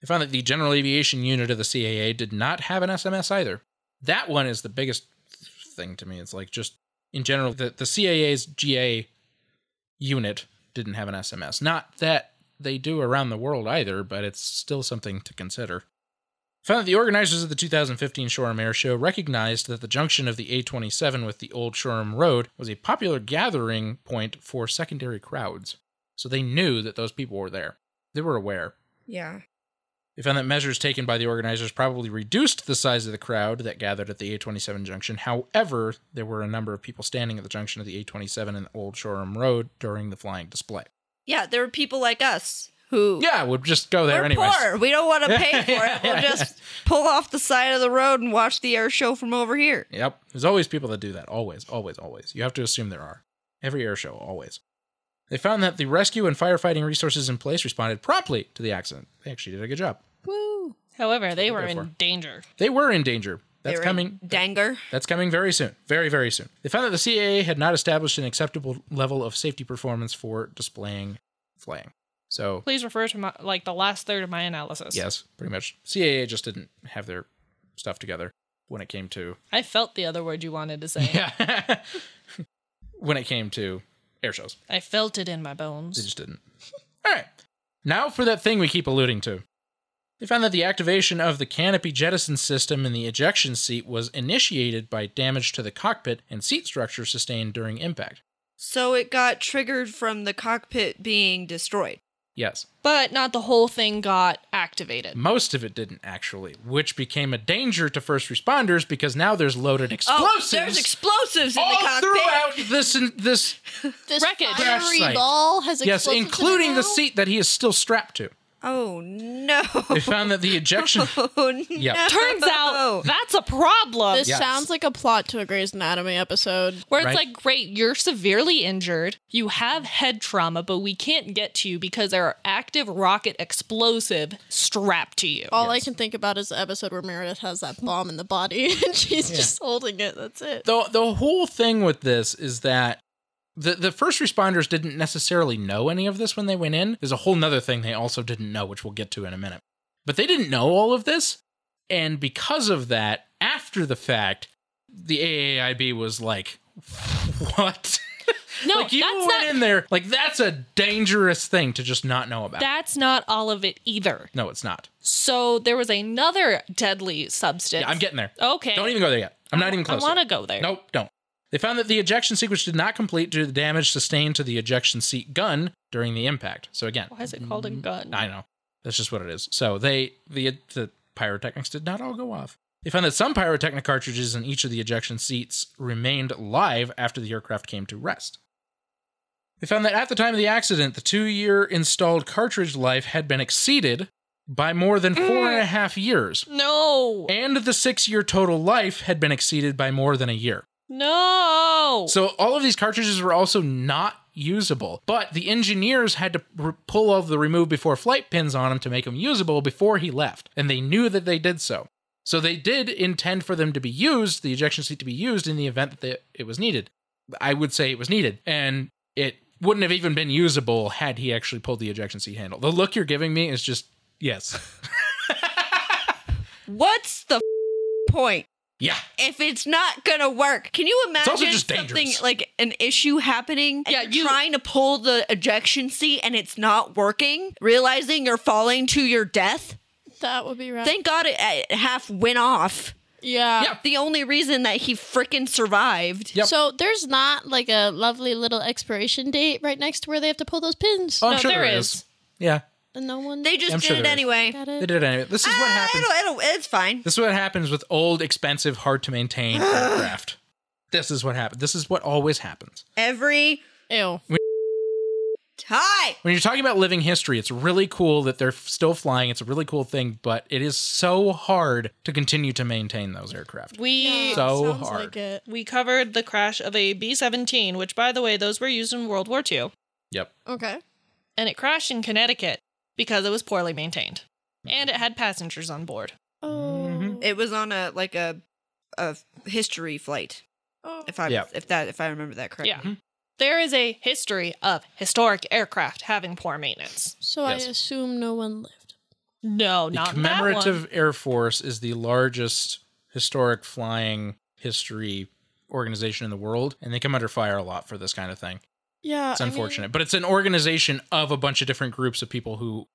Speaker 1: They found that the general aviation unit of the CAA did not have an SMS either. That one is the biggest thing to me. It's like just in general, the, the CAA's GA unit didn't have an SMS. Not that they do around the world either, but it's still something to consider. Found that the organizers of the 2015 Shoreham Air Show recognized that the junction of the A27 with the Old Shoreham Road was a popular gathering point for secondary crowds. So they knew that those people were there. They were aware.
Speaker 2: Yeah.
Speaker 1: They found that measures taken by the organizers probably reduced the size of the crowd that gathered at the A27 junction. However, there were a number of people standing at the junction of the A27 and Old Shoreham Road during the flying display.
Speaker 2: Yeah, there were people like us who
Speaker 1: Yeah, we'll just go there
Speaker 2: we're
Speaker 1: anyway.
Speaker 2: poor. We don't want to pay for
Speaker 1: Yeah,
Speaker 2: it. We'll
Speaker 1: yeah,
Speaker 2: just pull off the side of the road and watch the air show from over here.
Speaker 1: Yep. There's always people that do that. Always, always, always. You have to assume there are. Every air show, always. They found that the rescue and firefighting resources in place responded promptly to the accident. They actually did a good job.
Speaker 3: However, they were
Speaker 1: go
Speaker 3: in
Speaker 1: for.
Speaker 3: danger.
Speaker 1: They were in danger.
Speaker 2: They
Speaker 1: That's
Speaker 2: were in
Speaker 1: coming.
Speaker 2: Danger.
Speaker 1: That's coming very soon. Very, very soon. They found that the CAA had not established an acceptable level of safety performance for displaying flying. So,
Speaker 3: Please refer to my, like the last third of my analysis.
Speaker 1: yes, pretty much. CAA just didn't have their stuff together when it came to
Speaker 3: I felt the other word you wanted to say.
Speaker 1: yeah. when it came to air shows.
Speaker 3: I felt it in my
Speaker 1: They
Speaker 3: bones.
Speaker 1: just didn't. All right. Now for that thing we keep alluding to. They found that the activation of the canopy jettison system in the ejection seat was initiated by damage to the cockpit and seat structure sustained during impact.
Speaker 2: So it got triggered from the cockpit being destroyed.
Speaker 1: Yes.
Speaker 3: But not the whole thing got activated.
Speaker 1: Most of it didn't actually, which became a danger to first responders because now there's loaded
Speaker 2: Oh,
Speaker 1: explosives
Speaker 2: there's explosives in the
Speaker 1: all
Speaker 2: cockpit.
Speaker 1: throughout this this
Speaker 4: This
Speaker 3: Wreckage.
Speaker 1: Crash
Speaker 4: fiery
Speaker 1: site.
Speaker 4: ball has
Speaker 1: yes,
Speaker 4: explosives in it
Speaker 1: including the
Speaker 4: now?
Speaker 1: seat that he is still strapped to.
Speaker 2: Oh no.
Speaker 1: They found that the ejection
Speaker 2: Oh,
Speaker 1: Yeah.
Speaker 2: no.
Speaker 3: Turns out that's a problem.
Speaker 4: This
Speaker 1: Yes.
Speaker 4: sounds like a plot to a Grey's Anatomy episode.
Speaker 3: where it's
Speaker 1: Right.
Speaker 3: like, great, you're severely injured. You have head trauma, but we can't get to you because there are active rocket explosive strapped to you.
Speaker 4: All I can think about is the episode where Meredith has that bomb in the body and she's just holding it. That's it.
Speaker 1: the the whole thing with this is that the the first responders didn't necessarily know any of this when they went in. There's a whole nother thing they also didn't know, which we'll get to in a minute. But they didn't know all of this, and because of that, after the fact, the AAIB was like, "What?
Speaker 3: No,
Speaker 1: like you
Speaker 3: that's
Speaker 1: went
Speaker 3: not.
Speaker 1: in there. Like that's a dangerous thing to just not know about."
Speaker 3: that's not all of it either.
Speaker 1: no, it's not.
Speaker 3: So there was another deadly substance.
Speaker 1: Yeah, I'm getting there.
Speaker 3: Okay.
Speaker 1: Don't even go there yet. I'm not even close.
Speaker 3: I want to go there.
Speaker 1: Nope, don't. They found that the ejection sequence did not complete due to the damage sustained to the ejection seat gun during the impact. So again,
Speaker 3: Why is it called a gun?
Speaker 1: Mm, I know that's just what it is. So they the the pyrotechnics did not all go off. They found that some pyrotechnic cartridges in each of the ejection seats remained live after the aircraft came to rest. They found that at the time of the accident, the two-year installed cartridge life had been exceeded by more than four and a half years,
Speaker 3: No.
Speaker 1: and the six-year total life had been exceeded by more than a year.
Speaker 3: No.
Speaker 1: So all of these cartridges were also not usable, but the engineers had to r- pull all the remove before flight pins on them to make them usable before he left, and they knew that they did so. So they did intend for them to be used, the ejection seat to be used in the event that they, it was needed. I would say it was needed, and it wouldn't have even been usable had he actually pulled the ejection seat handle. The look you're giving me is just yes,
Speaker 2: What's the f- point?
Speaker 1: yeah,
Speaker 2: if it's not gonna work. Can you imagine
Speaker 1: also just
Speaker 2: something
Speaker 1: dangerous.
Speaker 2: like an issue happening? And
Speaker 3: Yeah,
Speaker 2: you're
Speaker 3: you-
Speaker 2: trying to pull the ejection seat and it's not working. Realizing you're falling to your death.
Speaker 4: That would be right.
Speaker 2: Thank God it, it half went off.
Speaker 4: yeah.
Speaker 1: Yeah.
Speaker 2: The only reason that he frickin' survived.
Speaker 1: Yep.
Speaker 4: So there's not like a lovely little expiration date right next to where they have to pull those pins.
Speaker 1: Oh, I'm
Speaker 3: No,
Speaker 1: sure
Speaker 3: there
Speaker 1: there
Speaker 3: is.
Speaker 1: is. Yeah,
Speaker 4: and no one
Speaker 2: They just
Speaker 1: I'm
Speaker 2: did
Speaker 1: sure
Speaker 2: it
Speaker 1: there is.
Speaker 2: anyway.
Speaker 4: got
Speaker 1: They
Speaker 4: it.
Speaker 1: did it anyway. This is what
Speaker 2: Ah,
Speaker 1: happens.
Speaker 2: it'll- it'll- it's fine.
Speaker 1: This is what happens with old, expensive, hard to maintain aircraft. This is what happens. This is what always happens.
Speaker 2: Every
Speaker 4: Ew.
Speaker 2: time.
Speaker 1: When you're talking about living history, it's really cool that they're f- still flying. It's a really cool thing, but it is so hard to continue to maintain those aircraft.
Speaker 3: We
Speaker 1: So
Speaker 4: Sounds
Speaker 1: hard.
Speaker 4: like it.
Speaker 3: we covered the crash of a B 17, which, by the way, those were used in World War II,
Speaker 1: Yep.
Speaker 4: Okay.
Speaker 3: and it crashed in Connecticut because it was poorly maintained. And it had passengers on board.
Speaker 4: Oh.
Speaker 1: Mhm.
Speaker 2: It was on a like a a history flight.
Speaker 4: oh.
Speaker 2: If I
Speaker 1: Yeah.
Speaker 2: if that if I remember that correctly.
Speaker 3: Yeah.
Speaker 1: Mhm.
Speaker 3: There is a history of historic aircraft having poor maintenance.
Speaker 4: So
Speaker 1: Yes.
Speaker 4: I assume no one lived.
Speaker 3: No,
Speaker 1: The
Speaker 3: not
Speaker 1: Commemorative
Speaker 3: That one.
Speaker 1: Air Force is the largest historic flying history organization in the world, and they come under fire a lot for this kind of thing.
Speaker 4: Yeah.
Speaker 1: It's
Speaker 4: Uh, I mean,
Speaker 1: unfortunate, but it's an organization of a bunch of different groups of people who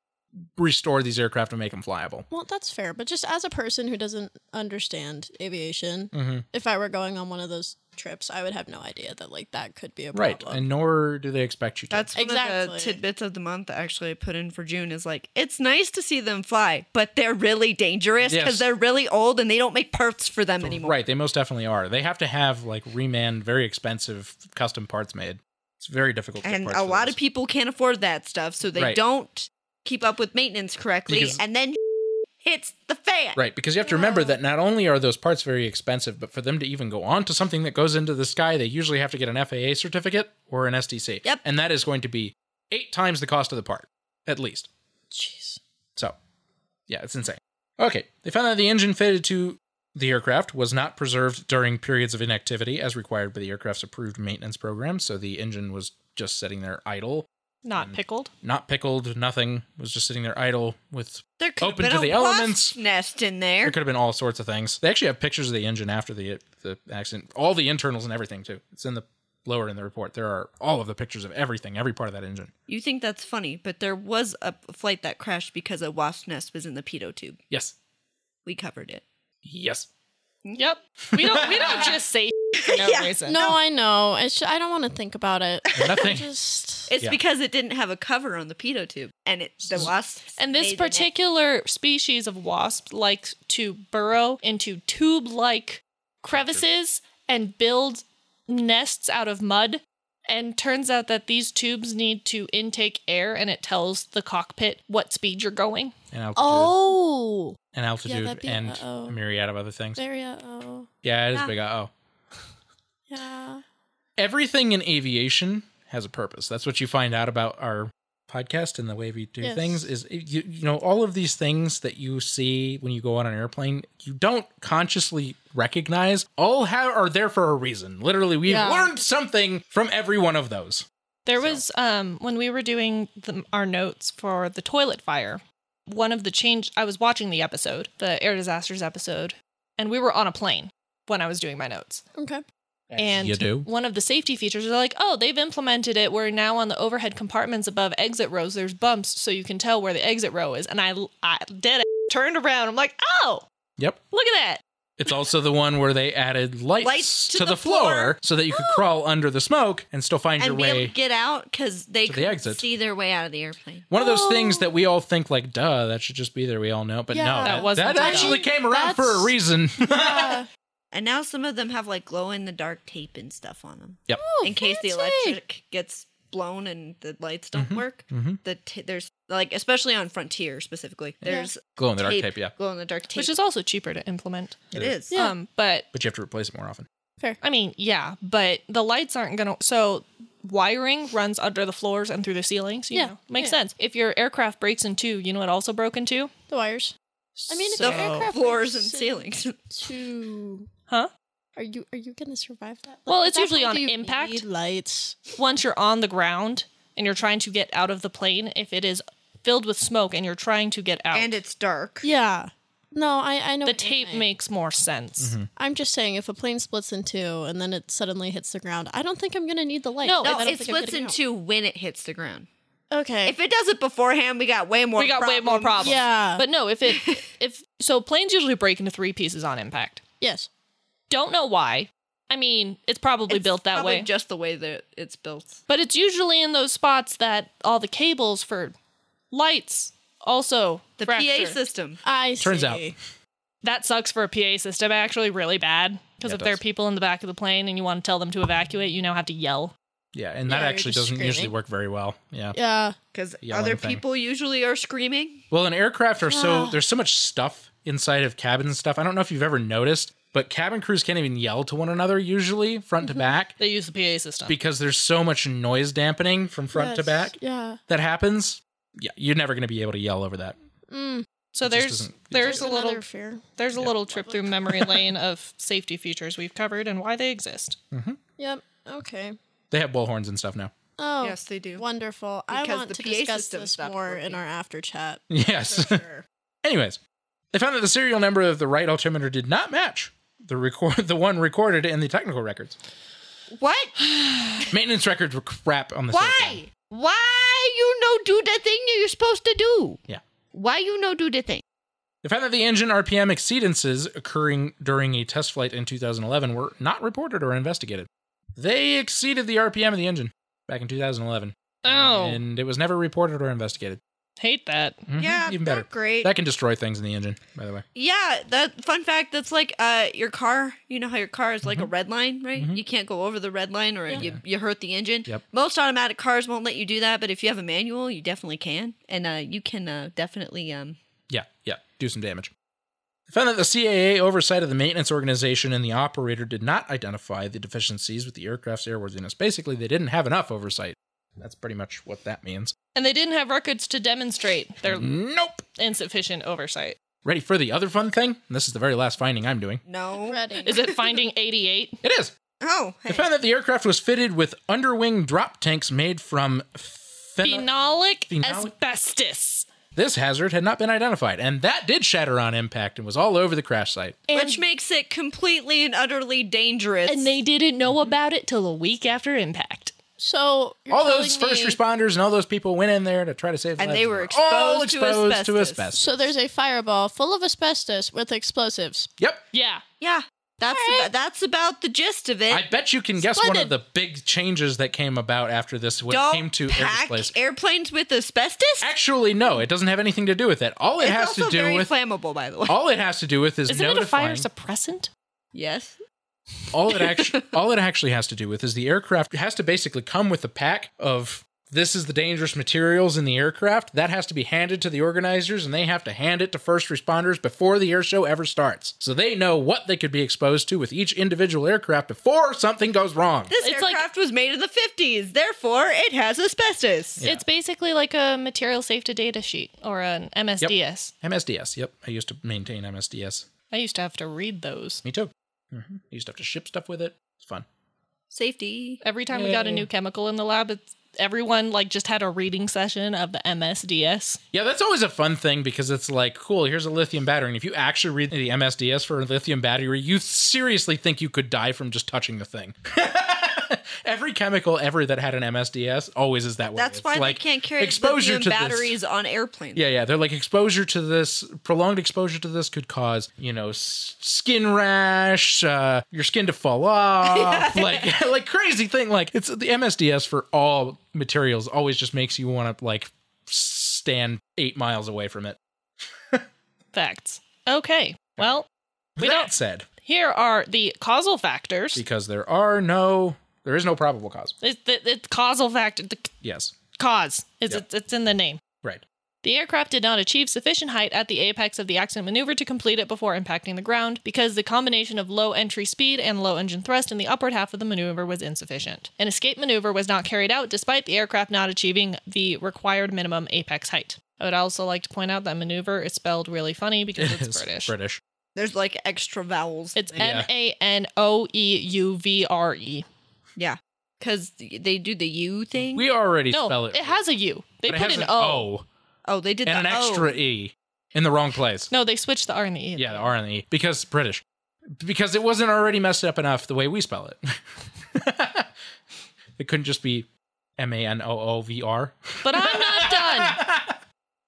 Speaker 1: restore these aircraft and make them flyable.
Speaker 4: well, that's fair. But just as a person who doesn't understand aviation,
Speaker 1: Mm-hmm.
Speaker 4: if I were going on one of those trips, I would have no idea that like that could be a problem.
Speaker 1: Right, and nor do they expect you to.
Speaker 2: That's one of
Speaker 4: Exactly.
Speaker 2: the tidbits of the month that actually I put in for June is like it's nice to see them fly, but they're really dangerous because
Speaker 1: Yes.
Speaker 2: they're really old and they don't make parts for them anymore.
Speaker 1: Right, they most definitely are. They have to have like reman very expensive custom parts made. It's very difficult. To get
Speaker 2: And
Speaker 1: parts
Speaker 2: a
Speaker 1: for
Speaker 2: lot
Speaker 1: those.
Speaker 2: of people can't afford that stuff, so they
Speaker 1: Right.
Speaker 2: don't keep up with maintenance correctly,
Speaker 1: Because-
Speaker 2: and then hits the fan.
Speaker 1: Right, because you have to remember that not only are those parts very expensive, but for them to even go on to something that goes into the sky, they usually have to get an FAA certificate or an STC.
Speaker 2: Yep.
Speaker 1: And that is going to be eight times the cost of the part, at least.
Speaker 4: Jeez.
Speaker 1: So, yeah, it's insane. Okay, they found that the engine fitted to the aircraft was not preserved during periods of inactivity as required by the aircraft's approved maintenance program, so the engine was just sitting there idle, Mm.
Speaker 3: Not pickled.
Speaker 1: not pickled, nothing, was just sitting there idle with
Speaker 2: There could
Speaker 1: Open
Speaker 2: have
Speaker 1: to
Speaker 2: been
Speaker 1: the
Speaker 2: a wasp
Speaker 1: elements.
Speaker 2: nest in there.
Speaker 1: There could have been all sorts of things. They actually have pictures of the engine after the the accident, all the internals and everything too. It's in the lower in the report. There are all of the pictures of everything, every part of that engine.
Speaker 2: You think that's funny, but there was a flight that crashed because a wasp nest was in the pedo tube.
Speaker 1: Yes,
Speaker 2: We covered it.
Speaker 1: yes.
Speaker 3: Yep. We don't we don't just say for no
Speaker 2: Yeah,
Speaker 3: reason.
Speaker 4: No, I know. It's ju- I don't want to think about it.
Speaker 1: Uh, Nothing.
Speaker 4: just
Speaker 2: It's
Speaker 1: Yeah.
Speaker 2: because it didn't have a cover on the pedo tube, and it the wasp.
Speaker 3: And this particular species of wasp likes to burrow into tube like crevices and build nests out of mud. And turns out that these tubes need to intake air and it tells the cockpit what speed you're going.
Speaker 1: And altitude,
Speaker 4: oh,
Speaker 1: and altitude,
Speaker 4: that'd be
Speaker 1: and
Speaker 4: uh-oh.
Speaker 1: a myriad of other things.
Speaker 4: very uh oh,
Speaker 1: Yeah, it is
Speaker 2: Ah.
Speaker 1: big. Oh,
Speaker 4: yeah.
Speaker 1: everything in aviation has a purpose. That's what you find out about our podcast and the way we do
Speaker 4: Yes.
Speaker 1: things is you, you know all of these things that you see when you go on an airplane you don't consciously recognize all have, are there for a reason literally we've
Speaker 4: Yeah.
Speaker 1: learned something from every one of those
Speaker 3: There was um when we were doing the, our notes for the toilet fire. One of the change I was watching the episode, the air disasters episode, and we were on a plane when I was doing my notes.
Speaker 4: Okay.
Speaker 3: And
Speaker 1: you do
Speaker 3: one of the safety features is like, oh, they've implemented it where now on the overhead compartments above exit rows there's bumps so you can tell where the exit row is. And I I dead a- turned around. I'm like, oh,
Speaker 1: yep
Speaker 3: look at that.
Speaker 1: it's also the one where they added lights,
Speaker 2: Lights
Speaker 1: to, the, floor, so that you could crawl under the smoke and still find
Speaker 2: and
Speaker 1: your
Speaker 2: be
Speaker 1: way
Speaker 2: able to get out because they
Speaker 1: to the
Speaker 2: could
Speaker 1: exit.
Speaker 2: see their way out of the airplane.
Speaker 1: One of those things that we all think like, duh, that should just be there. We all know, it, but no,
Speaker 4: Yeah.
Speaker 1: that,
Speaker 4: That
Speaker 3: wasn't
Speaker 1: that
Speaker 3: done.
Speaker 1: actually came around
Speaker 4: That's-
Speaker 1: for a reason.
Speaker 4: Yeah.
Speaker 2: And now some of them have like glow in the dark tape and stuff on them
Speaker 1: yep.
Speaker 4: Oh,
Speaker 2: in case the
Speaker 4: fancy.
Speaker 2: electric gets blown and the lights don't work.
Speaker 1: mhm.
Speaker 2: The t- there's like especially on Frontier specifically. There's
Speaker 1: Glow in the dark tape, yeah.
Speaker 2: glow in the dark tape,
Speaker 3: Which is also cheaper to implement.
Speaker 2: it is.
Speaker 4: Yeah.
Speaker 3: Um, but
Speaker 1: But you have to replace it more often.
Speaker 3: I mean, yeah, but the lights aren't gonna. So wiring runs under the floors and through the ceilings. You
Speaker 4: Yeah,
Speaker 3: know, makes
Speaker 4: yeah.
Speaker 3: sense. If your aircraft breaks in two, you know it also broke in two.
Speaker 4: The wires. I mean, if
Speaker 2: The
Speaker 3: So-
Speaker 4: your aircraft
Speaker 2: floors and
Speaker 4: breaks in
Speaker 2: ceilings.
Speaker 4: Two.
Speaker 3: Huh?
Speaker 4: Are you are you gonna survive that?
Speaker 3: Well,
Speaker 4: Like,
Speaker 3: it's
Speaker 4: that's
Speaker 3: usually
Speaker 4: why
Speaker 3: on
Speaker 4: you
Speaker 3: impact.
Speaker 4: need lights.
Speaker 3: Once you're on the ground and you're trying to get out of the plane, if it is filled with smoke and you're trying to get out,
Speaker 2: and it's dark.
Speaker 4: Yeah. No, I I know.
Speaker 3: the
Speaker 4: what you
Speaker 3: tape
Speaker 4: mean.
Speaker 3: makes more sense.
Speaker 4: I'm just saying, if a plane splits in two and then it suddenly hits the ground, I don't think I'm gonna need the light.
Speaker 3: No,
Speaker 4: I
Speaker 2: No,
Speaker 4: don't
Speaker 2: it
Speaker 4: think I'm
Speaker 2: splits
Speaker 4: getting
Speaker 2: in
Speaker 4: out.
Speaker 2: two when it hits the ground.
Speaker 4: Okay.
Speaker 2: If it does it beforehand, we got way more.
Speaker 3: We got way more problems.
Speaker 2: Uh,
Speaker 4: yeah.
Speaker 3: But no, if it if so, planes usually break into three pieces on impact.
Speaker 4: yes.
Speaker 3: Don't know why. I mean, it's probably
Speaker 2: It's
Speaker 3: built that
Speaker 2: probably
Speaker 3: way.
Speaker 2: Just the way that it's built.
Speaker 3: But it's usually in those spots that all the cables for Lights also
Speaker 2: The
Speaker 3: fractured.
Speaker 2: PA system.
Speaker 4: I
Speaker 1: Turns
Speaker 4: see.
Speaker 1: out.
Speaker 3: That sucks for a PA system. Actually, really bad because
Speaker 1: Yeah,
Speaker 3: if
Speaker 1: it
Speaker 3: there are
Speaker 1: does.
Speaker 3: people in the back of the plane and you want to tell them to evacuate, you now have to yell.
Speaker 1: Yeah, and
Speaker 4: Yeah,
Speaker 1: that
Speaker 4: you're
Speaker 1: actually
Speaker 4: just
Speaker 1: doesn't usually
Speaker 4: screaming.
Speaker 1: work very well. Yeah.
Speaker 4: Yeah.
Speaker 2: Because
Speaker 1: Yelling
Speaker 2: other
Speaker 1: thing.
Speaker 2: people usually are screaming.
Speaker 1: Well, in aircraft are so
Speaker 4: Ah.
Speaker 1: there's so much stuff inside of cabins and stuff. I don't know if you've ever noticed, but cabin crews can't even yell to one another usually front
Speaker 4: Mm-hmm.
Speaker 1: to back
Speaker 3: They use the PA system.
Speaker 1: because there's so much noise dampening from front to
Speaker 4: That's-
Speaker 1: back
Speaker 4: Yeah.
Speaker 1: that happens. Yeah, you're never going to be able to yell over that.
Speaker 4: Mm,
Speaker 3: so
Speaker 1: it just
Speaker 3: there's
Speaker 1: doesn't-
Speaker 3: there's a
Speaker 4: another
Speaker 3: little
Speaker 4: fear.
Speaker 3: there's a little trip through memory lane of safety features we've covered and why they exist.
Speaker 4: Yep. Okay.
Speaker 1: They have bullhorns and stuff now.
Speaker 4: Oh.
Speaker 2: Yes, they do.
Speaker 4: Wonderful. I
Speaker 2: Because
Speaker 4: want
Speaker 2: the
Speaker 4: to
Speaker 2: PA
Speaker 4: discuss
Speaker 2: system
Speaker 4: this
Speaker 2: stopped
Speaker 4: more in
Speaker 2: working.
Speaker 4: our after chat.
Speaker 1: Yes.
Speaker 4: Sure.
Speaker 1: Anyways, they found that the serial number of the right altimeter did not match the record the one recorded in the technical records.
Speaker 2: What?
Speaker 1: Maintenance records were crap on the
Speaker 2: Why? Why you no do the thing you're supposed to do?
Speaker 1: Yeah.
Speaker 2: Why you no do the thing?
Speaker 1: They found that the engine RPM exceedances occurring during a test flight in 2011 were not reported or investigated. They exceeded the RPM of the engine back in 2011,
Speaker 3: Oh,
Speaker 1: and it was never reported or investigated.
Speaker 3: hate that.
Speaker 1: Mhm,
Speaker 2: Yeah,
Speaker 1: even
Speaker 2: not
Speaker 1: better.
Speaker 2: great.
Speaker 1: That can destroy things in the engine, by the way.
Speaker 2: Yeah, that fun fact. That's like uh, your car. You know how your car is like
Speaker 1: Mm-hmm.
Speaker 2: a red line, right? You can't go over the red line, or you, you hurt the engine.
Speaker 1: Yep.
Speaker 2: Most automatic cars won't let you do that, but if you have a manual, you definitely can, and uh, you can uh, definitely um,
Speaker 1: Yeah, yeah, do some damage. They found that the CAA oversight of the maintenance organization and the operator did not identify the deficiencies with the aircraft's airworthiness. Basically, they didn't have enough oversight. That's pretty much what that means.
Speaker 3: And they didn't have records to demonstrate their
Speaker 1: Mm-hmm. Nope.
Speaker 3: insufficient oversight.
Speaker 1: Ready for the other fun thing? And this is the very last finding I'm doing.
Speaker 2: no.
Speaker 4: Ready.
Speaker 3: Is it finding 88?
Speaker 1: It is.
Speaker 2: Oh, hey.
Speaker 1: They found that the aircraft was fitted with underwing drop tanks made from phenol.
Speaker 3: Phenolic,
Speaker 1: Phenolic?
Speaker 3: asbestos.
Speaker 1: This hazard had not been identified, and that did shatter on impact and was all over the crash site.
Speaker 2: which makes it completely and utterly dangerous.
Speaker 3: And they didn't know about it till a week after impact.
Speaker 4: So you're
Speaker 1: all those
Speaker 4: telling
Speaker 1: first
Speaker 4: me-
Speaker 1: responders and all those people went in there to try to save
Speaker 2: And
Speaker 1: lives.
Speaker 2: they were
Speaker 1: all
Speaker 2: exposed to
Speaker 1: exposed to
Speaker 2: asbestos.
Speaker 1: asbestos.
Speaker 4: So there's a fireball full of asbestos with explosives.
Speaker 1: Yep.
Speaker 3: Yeah.
Speaker 2: yeah, that's
Speaker 4: All right.
Speaker 2: about, that's about the gist of it.
Speaker 1: I bet you can guess one of
Speaker 4: Splendid.
Speaker 1: the big changes that came about after this when it
Speaker 2: Don't
Speaker 1: came to air
Speaker 2: pack
Speaker 1: displays.
Speaker 2: airplanes with asbestos.
Speaker 1: Actually, no, it doesn't have anything to do with that. All it
Speaker 2: it's
Speaker 1: has
Speaker 2: also
Speaker 1: to do
Speaker 2: very
Speaker 1: with
Speaker 2: flammable, by the way.
Speaker 1: all it has to do with is
Speaker 3: Isn't it a
Speaker 1: notifying.
Speaker 3: fire suppressant?
Speaker 2: yes.
Speaker 1: all it actually all it actually has to do with is the aircraft has to basically come with a pack of this is the dangerous materials in the aircraft that has to be handed to the organizers and they have to hand it to first responders before the air show ever starts so they know what they could be exposed to with each individual aircraft before something goes wrong
Speaker 2: This
Speaker 3: It's like-
Speaker 2: aircraft was made in the 50s, therefore it has asbestos.
Speaker 3: It's basically like a material safety data sheet or an MSDS.
Speaker 1: msds yep i used to maintain msds
Speaker 3: I used to have to read those
Speaker 1: me too hmm i used to have to ship stuff with it it's fun
Speaker 2: Safety.
Speaker 3: every time we got a
Speaker 1: Yay.
Speaker 3: new chemical in the lab. It's, everyone like just had a reading session of the MSDS.
Speaker 1: Yeah, that's always a fun thing because it's like, cool, here's a lithium battery. And if you actually read the MSDS for a lithium battery, you seriously think you could die from just touching the thing. Every chemical ever that had an MSDS always is that way.
Speaker 2: That's
Speaker 1: It's
Speaker 2: why
Speaker 1: like
Speaker 2: they can't carry
Speaker 1: exposure
Speaker 2: lithium
Speaker 1: to
Speaker 2: batteries
Speaker 1: This.
Speaker 2: on airplanes.
Speaker 1: Yeah, yeah. They're like exposure to this, prolonged exposure to this could cause, you know, s- skin rash, uh, your skin to fall off, like like crazy thing. Like it's the MSDS for all materials always just makes you want to like stand eight miles away from it.
Speaker 3: Facts. Okay. Well,
Speaker 1: With
Speaker 3: Without-
Speaker 1: that said,
Speaker 3: here are the causal factors.
Speaker 1: because there are no, there is no probable cause.
Speaker 3: It's the it's causal factor. The c-
Speaker 1: Yes,
Speaker 3: cause. It's,
Speaker 1: Yep.
Speaker 3: it's it's in the name.
Speaker 1: right.
Speaker 3: The aircraft did not achieve sufficient height at the apex of the accident maneuver to complete it before impacting the ground because the combination of low entry speed and low engine thrust in the upward half of the maneuver was insufficient. An escape maneuver was not carried out despite the aircraft not achieving the required minimum apex height. I would also like to point out that maneuver is spelled really funny because
Speaker 1: It
Speaker 3: it's
Speaker 1: is
Speaker 3: British.
Speaker 1: British.
Speaker 2: There's like extra vowels.
Speaker 3: It's
Speaker 1: Yeah.
Speaker 3: M A N O E U V R E.
Speaker 2: yeah. Because they do the U thing.
Speaker 1: We already
Speaker 3: No,
Speaker 1: spell
Speaker 3: it
Speaker 1: it.
Speaker 3: has a U. They
Speaker 1: but it
Speaker 3: put
Speaker 1: has
Speaker 3: an,
Speaker 1: an
Speaker 3: O.
Speaker 1: O
Speaker 2: oh, they did
Speaker 1: and an
Speaker 2: the O.
Speaker 1: extra E in the wrong place.
Speaker 3: No, they switched the R and the E.
Speaker 1: Yeah, the R and the E because British, because it wasn't already messed up enough the way we spell it. it couldn't just be M A N O O V R.
Speaker 3: But I'm not done.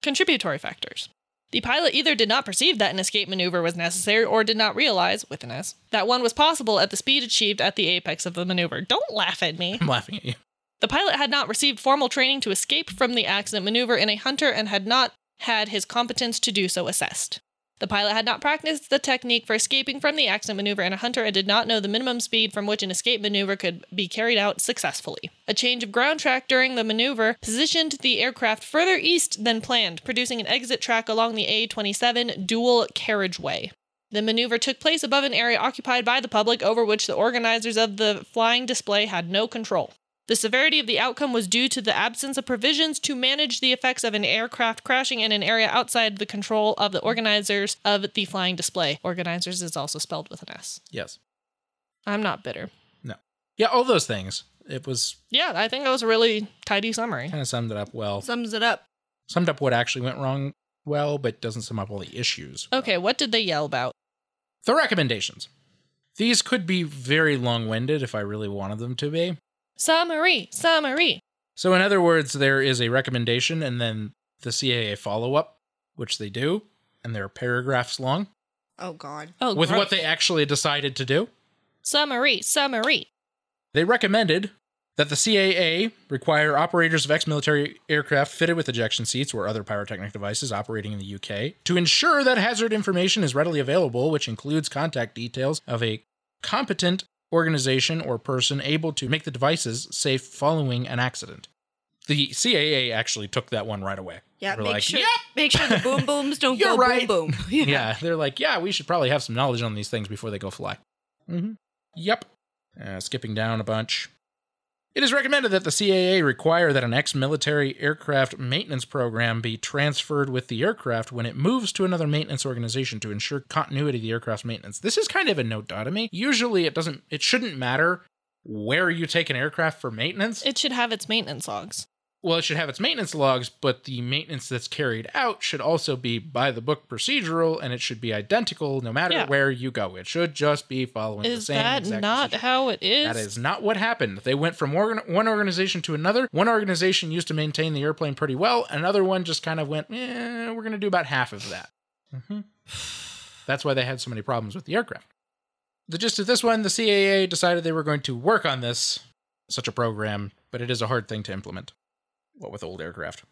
Speaker 3: Contributory factors. The pilot either did not perceive that an escape maneuver was necessary or did not realize, with an S, that one was possible at the speed achieved at the apex of the maneuver. Don't laugh at me.
Speaker 1: I'm laughing at you.
Speaker 3: The pilot had not received formal training to escape from the accident maneuver in a hunter and had not had his competence to do so assessed. The pilot had not practiced the technique for escaping from the accident maneuver in a hunter and did not know the minimum speed from which an escape maneuver could be carried out successfully. A change of ground track during the maneuver positioned the aircraft further east than planned, producing an exit track along the A 27 dual carriageway. The maneuver took place above an area occupied by the public over which the organizers of the flying display had no control. The severity of the outcome was due to the absence of provisions to manage the effects of an aircraft crashing in an area outside the control of the organizers of the flying display. Organizers is also spelled with an S.
Speaker 1: Yes.
Speaker 3: I'm not bitter.
Speaker 1: Yeah, all those things. It was
Speaker 3: Yeah, I think that was a really tidy summary.
Speaker 1: kind of summed it up well.
Speaker 2: Sums it up.
Speaker 1: summed up what actually went wrong well, but doesn't sum up all the issues. well.
Speaker 3: Okay, what did they yell about?
Speaker 1: The recommendations. These could be very long winded if I really wanted them to be.
Speaker 3: Summary, summary.
Speaker 1: So, in other words, there is a recommendation and then the CAA follow up, which they do, and they're paragraphs long
Speaker 2: Oh God.
Speaker 3: Oh,
Speaker 1: with what
Speaker 3: gross.
Speaker 1: they actually decided to do.
Speaker 3: Summary, summary.
Speaker 1: They recommended that the CAA require operators of ex military aircraft fitted with ejection seats or other pyrotechnic devices operating in the UK to ensure that hazard information is readily available, which includes contact details of a competent organization or person able to make the devices safe following an accident. The CAA actually took that one right away.
Speaker 2: Yeah.
Speaker 1: They were
Speaker 2: Make
Speaker 1: like,
Speaker 2: sure.
Speaker 1: "Yep,
Speaker 2: Make sure the boom booms don't
Speaker 1: You're
Speaker 2: go
Speaker 1: right."
Speaker 2: boom boom. Yeah.
Speaker 1: yeah, they're like, yeah, we should probably have some knowledge on these things before they go fly. Mm-hmm. Yep. Uh, skipping down a bunch. It is recommended that the CAA require that an ex military aircraft maintenance program be transferred with the aircraft when it moves to another maintenance organization to ensure continuity of the aircraft's maintenance. This is kind of a nototomy. Usually it doesn't it shouldn't matter where you take an aircraft for maintenance.
Speaker 3: It should have its maintenance logs.
Speaker 1: well, it should have its maintenance logs, but the maintenance that's carried out should also be by the book procedural and it should be identical no matter
Speaker 3: Yeah.
Speaker 1: where you go. It should just be following the
Speaker 3: Is
Speaker 1: same
Speaker 3: that
Speaker 1: exact
Speaker 3: not
Speaker 1: procedure.
Speaker 3: how it is?
Speaker 1: That is not what happened. They went from organ- one organization to another. One organization used to maintain the airplane pretty well. Another one just kind of went, eh, we're going to do about half of that. hmm That's why they had so many problems with the aircraft. The gist of this one, the CAA decided they were going to work on this, such a program, but it is a hard thing to implement. What with old aircraft.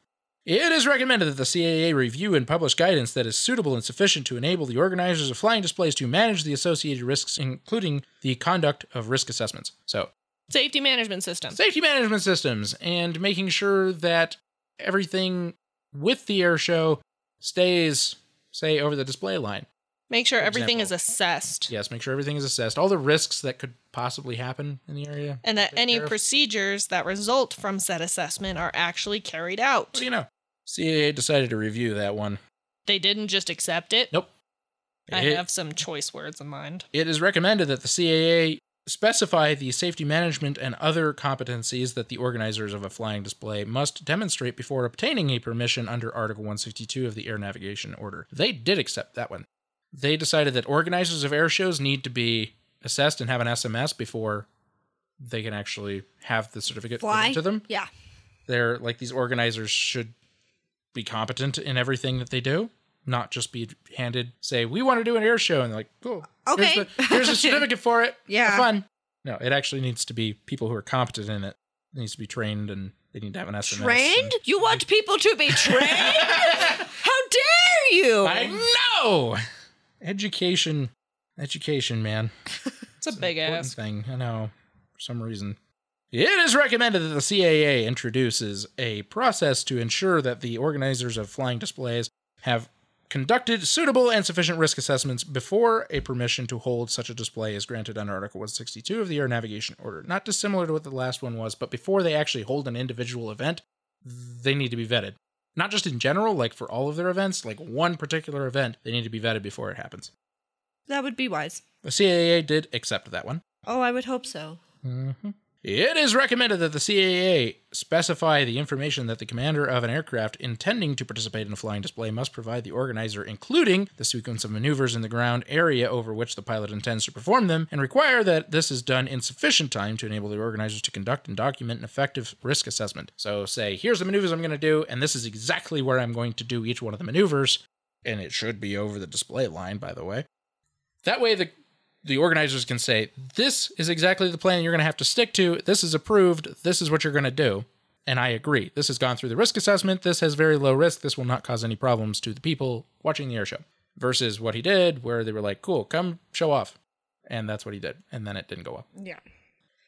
Speaker 1: It is recommended that the CAA review and publish guidance that is suitable and sufficient to enable the organizers of flying displays to manage the associated risks, including the conduct of risk assessments. So,
Speaker 3: Safety management system.
Speaker 1: safety management systems and making sure that everything with the air show stays, say, over the display line.
Speaker 3: Make sure everything
Speaker 1: example.
Speaker 3: is assessed.
Speaker 1: Yes, make sure everything is assessed. All the risks that could possibly happen in the area.
Speaker 3: and that
Speaker 1: Take
Speaker 3: any
Speaker 1: care of-
Speaker 3: procedures that result from said assessment are actually carried
Speaker 1: What
Speaker 3: out.
Speaker 1: do you know? CAA decided to review that one.
Speaker 3: They didn't just accept it.
Speaker 1: Nope.
Speaker 3: I
Speaker 1: It-
Speaker 3: have some choice words in mind.
Speaker 1: It is recommended that the CAA specify the safety management and other competencies that the organizers of a flying display must demonstrate before obtaining a permission under Article 162 of the Air Navigation Order. They did accept that one. They decided that organizers of air shows need to be assessed and have an SMS before they can actually have the certificate
Speaker 2: Fly
Speaker 1: given to them.
Speaker 2: Yeah.
Speaker 1: They're like these organizers should be competent in everything that they do, not just be handed say we want to do an air show and they're like cool.
Speaker 2: Uh, Okay.
Speaker 1: Here's, the, here's a certificate for it.
Speaker 2: Yeah.
Speaker 1: Have fun. No, it actually needs to be people who are competent in it. It needs to be trained and they need to have an SMS. and-
Speaker 2: Trained? You want people to be trained? How dare you?
Speaker 1: I know. Education, education, man.
Speaker 3: It's a big
Speaker 1: important
Speaker 3: ass.
Speaker 1: thing. I know. For some reason. It is recommended that the CAA introduces a process to ensure that the organizers of flying displays have conducted suitable and sufficient risk assessments before a permission to hold such a display is granted under Article 162 of the Air Navigation Order. Not dissimilar to what the last one was, but before they actually hold an individual event, they need to be vetted. Not just in general, like for all of their events, like one particular event, they need to be vetted before it happens.
Speaker 2: That would be wise.
Speaker 1: The CAA did accept that one.
Speaker 2: Oh, I would hope so.
Speaker 1: It is recommended that the CAA specify the information that the commander of an aircraft intending to participate in a flying display must provide the organizer, including the sequence of maneuvers in the ground area over which the pilot intends to perform them, and require that this is done in sufficient time to enable the organizers to conduct and document an effective risk assessment. So, say, here's the maneuvers I'm going to do, and this is exactly where I'm going to do each one of the maneuvers, and it should be over the display line, by the way. That way, the the organizers can say, This is exactly the plan you're going to have to stick to. This is approved. This is what you're going to do. And I agree. This has gone through the risk assessment. This has very low risk. This will not cause any problems to the people watching the air show. Versus what he did, where they were like, Cool, come show off. And that's what he did. And then it didn't go well.
Speaker 2: Yeah.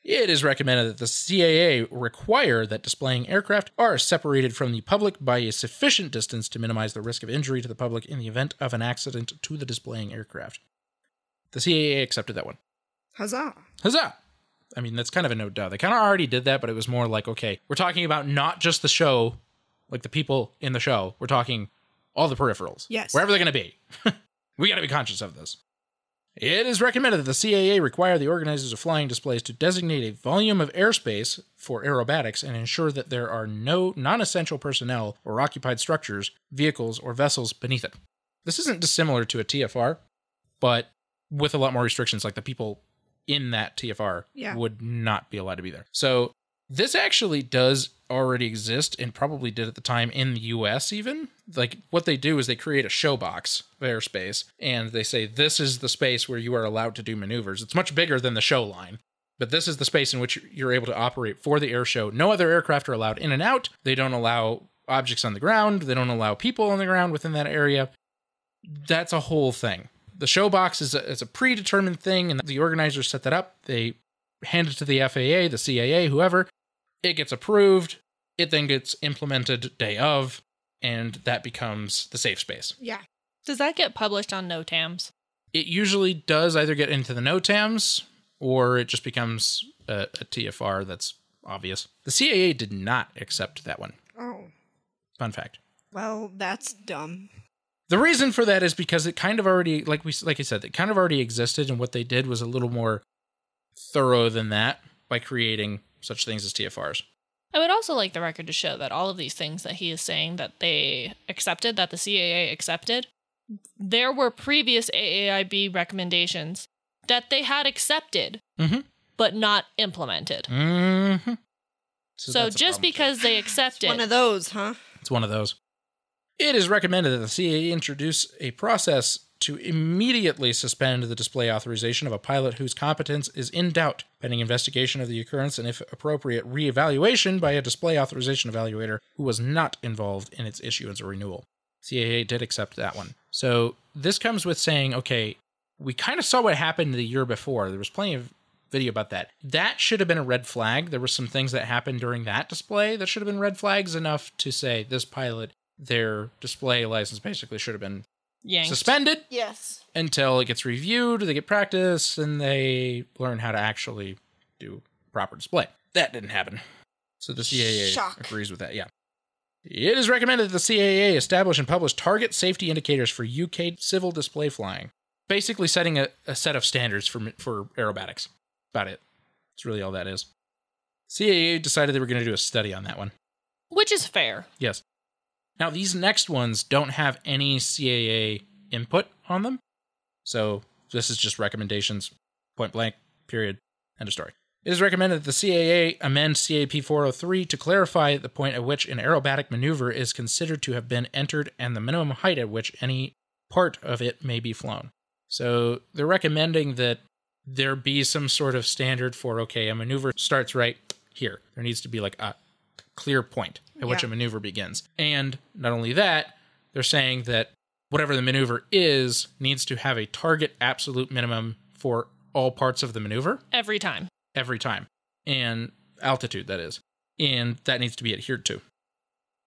Speaker 1: It is recommended that the CAA require that displaying aircraft are separated from the public by a sufficient distance to minimize the risk of injury to the public in the event of an accident to the displaying aircraft. The CAA accepted that one.
Speaker 2: Huzzah.
Speaker 1: Huzzah! I mean, that's kind of a no duh. They kind of already did that, but it was more like, okay, we're talking about not just the show, like the people in the show. We're talking all the peripherals.
Speaker 2: Yes.
Speaker 1: Wherever they're going to be. we got to be conscious of this. It is recommended that the CAA require the organizers of flying displays to designate a volume of airspace for aerobatics and ensure that there are no non essential personnel or occupied structures, vehicles, or vessels beneath it. This isn't dissimilar to a TFR, but with a lot more restrictions, like the people in that TFR
Speaker 2: Yeah.
Speaker 1: would not be allowed to be there. So this actually does already exist and probably did at the time in the US even. Like what they do is they create a show box of airspace and they say this is the space where you are allowed to do maneuvers. It's much bigger than the show line. But this is the space in which you're able to operate for the air show. No other aircraft are allowed in and out. They don't allow objects on the ground. They don't allow people on the ground within that area that's a whole thing. The show box is a, is a predetermined thing, and the organizers set that up. They hand it to the FAA, the CAA, whoever. It gets approved. It then gets implemented day of, and that becomes the safe space.
Speaker 2: Yeah.
Speaker 3: Does that get published on No Tams?
Speaker 1: It usually does either get into the NOTAMs or it just becomes a, a TFR that's obvious. The CAA did not accept that one.
Speaker 2: Oh.
Speaker 1: Fun fact.
Speaker 2: Well, that's dumb.
Speaker 1: The reason for that is because it kind of already, like we, like I said, it kind of already existed, and what they did was a little more thorough than that by creating such things as TFRs.
Speaker 3: I would also like the record to show that all of these things that he is saying that they accepted, that the CAA accepted, there were previous AAIB recommendations that they had accepted
Speaker 1: Mhm.
Speaker 3: but not implemented.
Speaker 1: Mm-hmm.
Speaker 3: So, just because they accepted,
Speaker 2: One of those, huh?
Speaker 1: It's one of those. It is recommended that the CAA introduce a process to immediately suspend the display authorization of a pilot whose competence is in doubt, pending investigation of the occurrence and, if appropriate, reevaluation by a display authorization evaluator who was not involved in its issuance or renewal. CAA did accept that one. So this comes with saying, okay, we kind of saw what happened the year before. There was plenty of video about that. That should have been a red flag. There were some things that happened during that display that should have been red flags enough to say this pilot, their display license basically should have been
Speaker 3: yanked.
Speaker 1: suspended
Speaker 4: Yes.
Speaker 1: until it gets reviewed, they get practice, and they learn how to actually do proper display. That didn't happen. So the CAA
Speaker 4: Shock.
Speaker 1: agrees with that, yeah. It is recommended that the CAA establish and publish target safety indicators for UK civil display flying, basically setting a, a set of standards for, for aerobatics. About it. That's really all that is. CAA decided they were going to do a study on that one.
Speaker 3: which is fair.
Speaker 1: Yes. Now, these next ones don't have any CAA input on them. So, this is just recommendations, point blank, period, end of story. It is recommended that the CAA amend CAP 403 to clarify the point at which an aerobatic maneuver is considered to have been entered and the minimum height at which any part of it may be flown. So, they're recommending that there be some sort of standard for okay, a maneuver starts right here. There needs to be like a clear point at which
Speaker 2: Yeah.
Speaker 1: a maneuver begins. And not only that, they're saying that whatever the maneuver is needs to have a target absolute minimum for all parts of the maneuver
Speaker 3: Every time.
Speaker 1: every time and altitude that is and that needs to be adhered to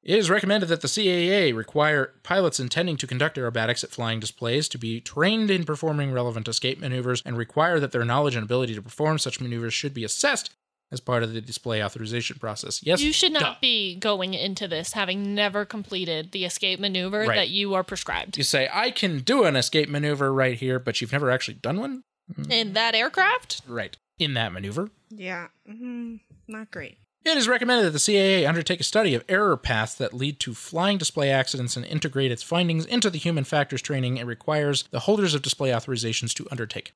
Speaker 1: it is recommended that the CAA require pilots intending to conduct aerobatics at flying displays to be trained in performing relevant escape maneuvers and require that their knowledge and ability to perform such maneuvers should be assessed as part of the display authorization process. Yes,
Speaker 3: You should
Speaker 1: duh.
Speaker 3: not be going into this having never completed the escape maneuver
Speaker 1: Right.
Speaker 3: that you are prescribed.
Speaker 1: You say, I can do an escape maneuver right here, but you've never actually done one?
Speaker 3: In that aircraft?
Speaker 1: Right. In that maneuver.
Speaker 2: Yeah. Mm, not great.
Speaker 1: It is recommended that the CAA undertake a study of error paths that lead to flying display accidents and integrate its findings into the human factors training it requires the holders of display authorizations to undertake.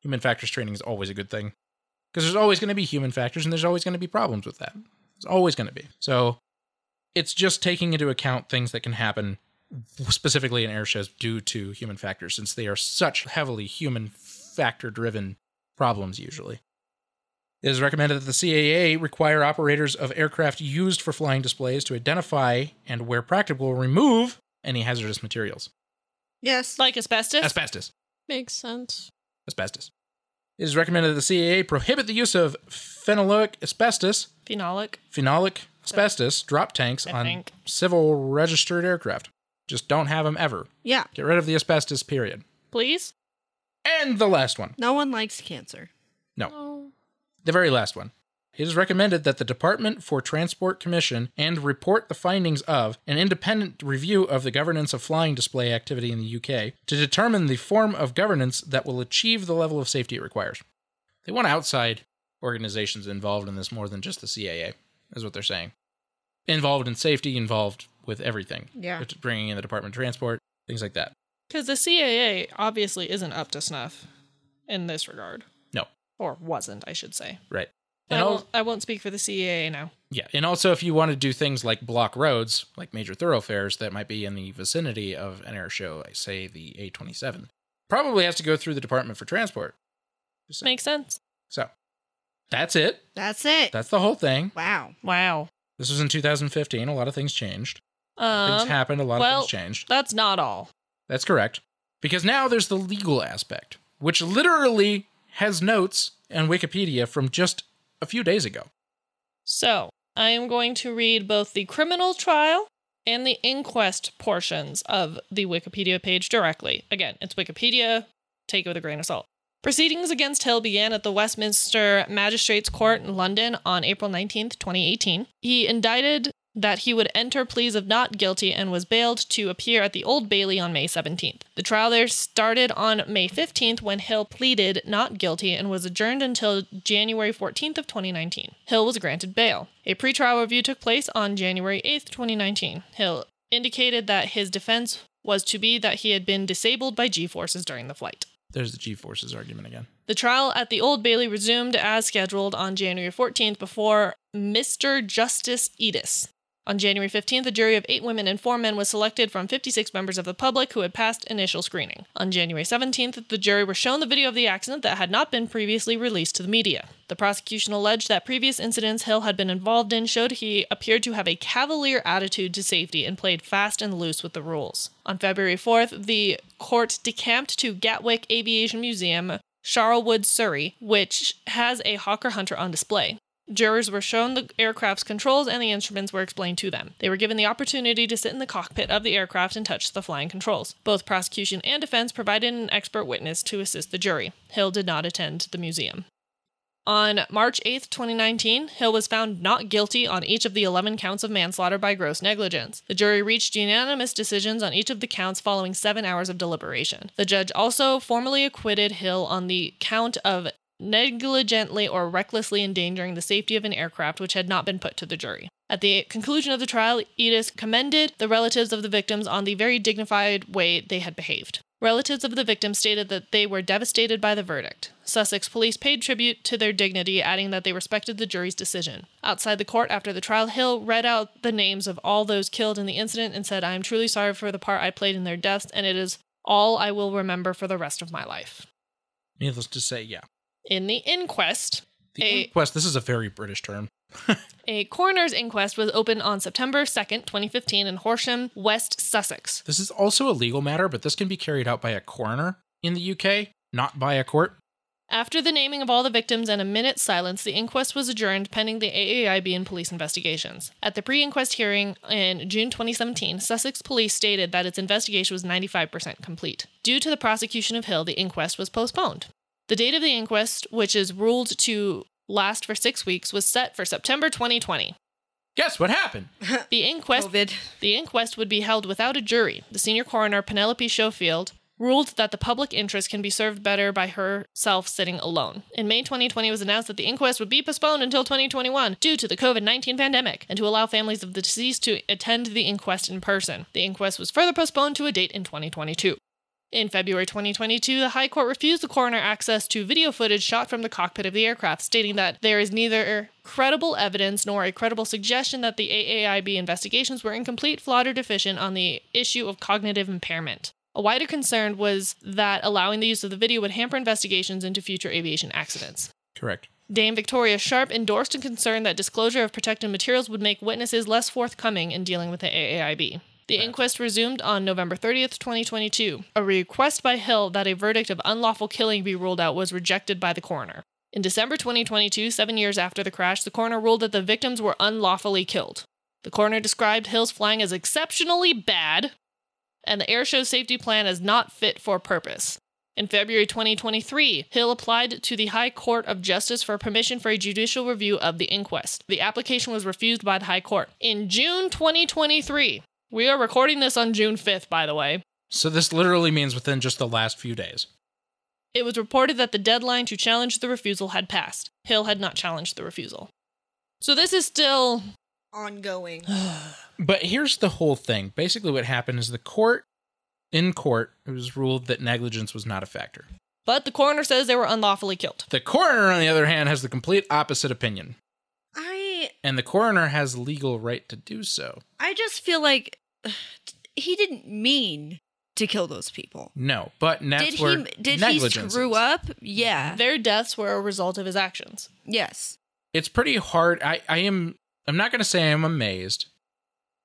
Speaker 1: Human factors training is always a good thing because there's always going to be human factors and there's always going to be problems with that. It's always going to be. So it's just taking into account things that can happen specifically in air shows due to human factors since they are such heavily human factor driven problems usually. It is recommended that the CAA require operators of aircraft used for flying displays to identify and, where practicable, remove any hazardous materials.
Speaker 2: Yes.
Speaker 3: Like asbestos?
Speaker 1: Asbestos.
Speaker 4: Makes sense.
Speaker 1: Asbestos. It is recommended that the CAA prohibit the use of phenolic asbestos,
Speaker 3: Phenolic.
Speaker 1: phenolic asbestos drop tanks
Speaker 3: I
Speaker 1: on
Speaker 3: think.
Speaker 1: civil registered aircraft. Just don't have them ever.
Speaker 2: Yeah.
Speaker 1: Get rid of the asbestos, period.
Speaker 3: Please?
Speaker 1: And the last one.
Speaker 2: No one likes cancer.
Speaker 1: The very last one. It is recommended that the Department for Transport Commission and report the findings of an independent review of the governance of flying display activity in the UK to determine the form of governance that will achieve the level of safety it requires. They want outside organizations involved in this more than just the CAA, is what they're saying. Involved in safety, involved with everything.
Speaker 2: Yeah.
Speaker 1: With Bringing in the Department of Transport, things like that.
Speaker 3: Because the CAA obviously isn't up to snuff in this regard.
Speaker 1: No.
Speaker 3: Or wasn't, I should say.
Speaker 1: Right.
Speaker 3: I,
Speaker 1: al-
Speaker 3: won't, I won't speak for the CAA now.
Speaker 1: Yeah, and also if you want to do things like block roads, like major thoroughfares that might be in the vicinity of an air show, like, say the A27, probably has to go through the Department for Transport. Just saying.
Speaker 3: Makes sense.
Speaker 1: So that's it.
Speaker 2: That's it.
Speaker 1: That's the whole thing.
Speaker 2: wow.
Speaker 3: Wow.
Speaker 1: This was in 2015. A lot of things changed. things
Speaker 3: Um,
Speaker 1: happened. A lot
Speaker 3: well-
Speaker 1: of things changed.
Speaker 3: that's not all.
Speaker 1: That's correct. Because now there's the legal aspect, which literally has notes and Wikipedia from just a few days ago.
Speaker 3: So, I am going to read both the criminal trial and the inquest portions of the Wikipedia page directly. Again, it's Wikipedia, take it with a grain of salt. Proceedings against Hill began at the Westminster Magistrates Court in London on April 19th, 2018. He indicted that he would enter pleas of not guilty and was bailed to appear at the Old Bailey on May 17th. The trial there started on May 15th when Hill pleaded not guilty and was adjourned until January 14th of 2019. Hill was granted bail. A pretrial review took place on January 8th, 2019. Hill indicated that his defense was to be that he had been disabled by G-forces during the flight.
Speaker 1: There's the G Forces argument again.
Speaker 3: The trial at the Old Bailey resumed as scheduled on January 14th before Mr. Justice Edis. On January 15th, a jury of eight women and four men was selected from 56 members of the public who had passed initial screening. On January 17th, the jury were shown the video of the accident that had not been previously released to the media. The prosecution alleged that previous incidents Hill had been involved in showed he appeared to have a cavalier attitude to safety and played fast and loose with the rules. On February 4th, the court decamped to Gatwick Aviation Museum, Charlewood, Surrey, which has a Hawker Hunter on display. Jurors were shown the aircraft's controls and the instruments were explained to them. They were given the opportunity to sit in the cockpit of the aircraft and touch the flying controls. Both prosecution and defense provided an expert witness to assist the jury. Hill did not attend the museum. On March 8, 2019, Hill was found not guilty on each of the 11 counts of manslaughter by gross negligence. The jury reached unanimous decisions on each of the counts following seven hours of deliberation. The judge also formally acquitted Hill on the count of negligently or recklessly endangering the safety of an aircraft which had not been put to the jury. At the conclusion of the trial, Edis commended the relatives of the victims on the very dignified way they had behaved. Relatives of the victims stated that they were devastated by the verdict. Sussex police paid tribute to their dignity, adding that they respected the jury's decision. Outside the court after the trial, Hill read out the names of all those killed in the incident and said, I am truly sorry for the part I played in their deaths, and it is all I will remember for the rest of my life.
Speaker 1: Needless to say, yeah.
Speaker 3: In the inquest,
Speaker 1: The
Speaker 3: A-
Speaker 1: inquest, this is a very British term.
Speaker 3: A coroner's inquest was opened on September 2nd, 2015, in Horsham, West Sussex.
Speaker 1: This is also a legal matter, but this can be carried out by a coroner in the UK, not by a court.
Speaker 3: After the naming of all the victims and a minute's silence, the inquest was adjourned pending the AAIB and police investigations. At the pre inquest hearing in June 2017, Sussex police stated that its investigation was 95% complete. Due to the prosecution of Hill, the inquest was postponed. The date of the inquest, which is ruled to last for six weeks, was set for September 2020.
Speaker 1: Guess what happened?
Speaker 3: The inquest
Speaker 2: COVID.
Speaker 3: The inquest would be held without a jury. The senior coroner, Penelope Schofield, ruled that the public interest can be served better by herself sitting alone. In May 2020, it was announced that the inquest would be postponed until 2021 due to the COVID 19 pandemic and to allow families of the deceased to attend the inquest in person. The inquest was further postponed to a date in 2022. In February 2022, the High Court refused the coroner access to video footage shot from the cockpit of the aircraft, stating that there is neither credible evidence nor a credible suggestion that the AAIB investigations were incomplete, flawed, or deficient on the issue of cognitive impairment. A wider concern was that allowing the use of the video would hamper investigations into future aviation accidents.
Speaker 1: Correct.
Speaker 3: Dame Victoria Sharp endorsed a concern that disclosure of protected materials would make witnesses less forthcoming in dealing with the AAIB. The inquest resumed on November 30th, 2022. A request by Hill that a verdict of unlawful killing be ruled out was rejected by the coroner. In December 2022, seven years after the crash, the coroner ruled that the victims were unlawfully killed. The coroner described Hill's flying as exceptionally bad and the airshow safety plan as not fit for purpose. In February 2023, Hill applied to the High Court of Justice for permission for a judicial review of the inquest. The application was refused by the High Court. In June 2023, we are recording this on June 5th, by the way.
Speaker 1: So this literally means within just the last few days.
Speaker 3: It was reported that the deadline to challenge the refusal had passed. Hill had not challenged the refusal. So this is still.
Speaker 2: Ongoing.
Speaker 1: But here's the whole thing. Basically, what happened is the court, in court, it was ruled that negligence was not a factor.
Speaker 3: But the coroner says they were unlawfully killed.
Speaker 1: The coroner, on the other hand, has the complete opposite opinion,
Speaker 2: I
Speaker 1: and the coroner has legal right to do so.
Speaker 2: I just feel like he didn't mean to kill those people.
Speaker 1: No, but and that's
Speaker 2: did
Speaker 1: where
Speaker 2: he did he
Speaker 1: negligence
Speaker 2: screw
Speaker 1: is.
Speaker 2: up? Yeah.
Speaker 3: Their deaths were a result of his actions.
Speaker 2: yes.
Speaker 1: It's pretty hard. I, I am. I'm not going to say I'm amazed,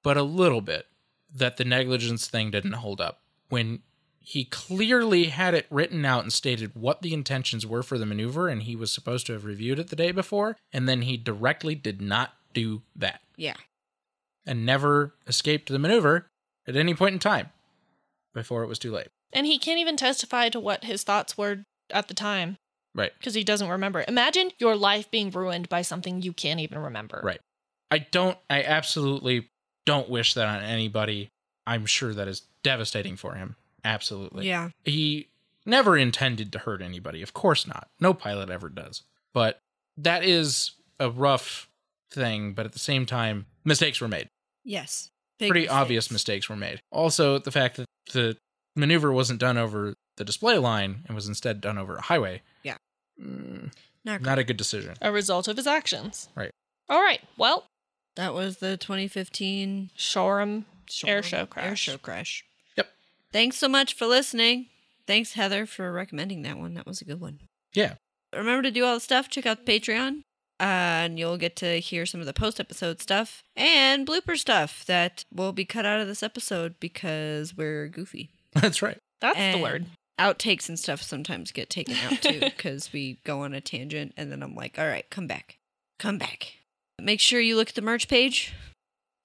Speaker 1: but a little bit that the negligence thing didn't hold up when he clearly had it written out and stated what the intentions were for the maneuver, and he was supposed to have reviewed it the day before, and then he directly did not do that
Speaker 2: Yeah.
Speaker 1: and never escaped the maneuver at any point in time before it was too late.
Speaker 3: And he can't even testify to what his thoughts were at the time.
Speaker 1: Right.
Speaker 3: because he doesn't remember. Imagine your life being ruined by something you can't even remember.
Speaker 1: Right. I don't, I absolutely don't wish that on anybody. I'm sure that is devastating for him. Absolutely.
Speaker 2: yeah.
Speaker 1: He never intended to hurt anybody. Of course not. No pilot ever does. But that is a rough thing. But at the same time, mistakes were made.
Speaker 2: Yes. Big
Speaker 1: Pretty
Speaker 2: mistakes.
Speaker 1: obvious mistakes were made. Also, the fact that the maneuver wasn't done over the display line and was instead done over a highway.
Speaker 2: Yeah.
Speaker 1: Mm,
Speaker 2: Not great.
Speaker 1: not a good decision.
Speaker 3: A result of his actions.
Speaker 1: Right.
Speaker 3: All right. Well,
Speaker 2: That was the 2015
Speaker 3: Shoreham air show
Speaker 2: Shoreham
Speaker 3: crash.
Speaker 2: Air show crash.
Speaker 1: Yep.
Speaker 2: Thanks so much for listening. Thanks Heather for recommending that one. That was a good one.
Speaker 1: Yeah.
Speaker 2: remember to do all the stuff. Check out Patreon, uh, and you'll get to hear some of the post episode stuff and blooper stuff that will be cut out of this episode because we're goofy.
Speaker 1: That's right.
Speaker 3: That's the
Speaker 2: And
Speaker 3: word.
Speaker 2: Outtakes and stuff sometimes get taken out too because we go on a tangent, and then I'm like, all right, come back, come back. Make sure you look at the merch page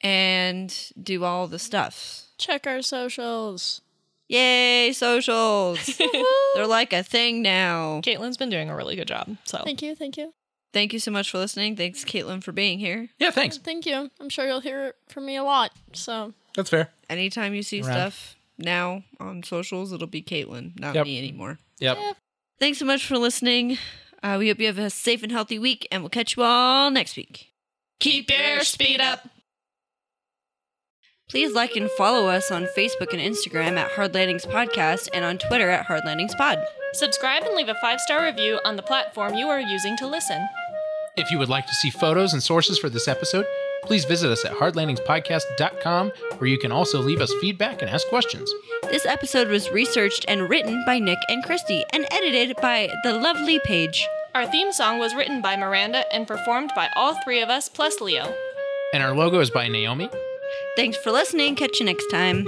Speaker 2: and do all the stuff.
Speaker 4: Check our socials.
Speaker 2: Yay, socials! They're like a thing now.
Speaker 3: Caitlin's been doing a really good job. So
Speaker 1: Oh.
Speaker 4: Thank you, thank you.
Speaker 2: Thank you so much for listening. Thanks, Caitlin, for being here.
Speaker 1: Yeah, thanks.
Speaker 4: Thank you. I'm sure you'll hear from me a lot. So
Speaker 1: That's fair.
Speaker 2: Anytime you see
Speaker 1: Around.
Speaker 2: stuff now on socials, it'll be Caitlin, not
Speaker 1: Yep.
Speaker 2: me anymore.
Speaker 1: Yep.
Speaker 2: Thanks so much for listening. Uh, we hope you have a safe and healthy week, and we'll catch you all next week.
Speaker 3: keep your speed up.
Speaker 2: Please like and follow us on Facebook and Instagram at Hard Landings Podcast and on Twitter at Hard Landings Pod.
Speaker 3: Subscribe and leave a five star review on the platform you are using to listen.
Speaker 1: If you would like to see photos and sources for this episode, please visit us at hardlandingspodcast.com, where you can also leave us feedback and ask questions.
Speaker 2: This episode was researched and written by Nick and Christy and edited by the lovely Paige.
Speaker 3: Our theme song was written by Miranda and performed by all three of us plus Leo.
Speaker 1: And our logo is by Naomi.
Speaker 2: Thanks for listening. Catch you next time.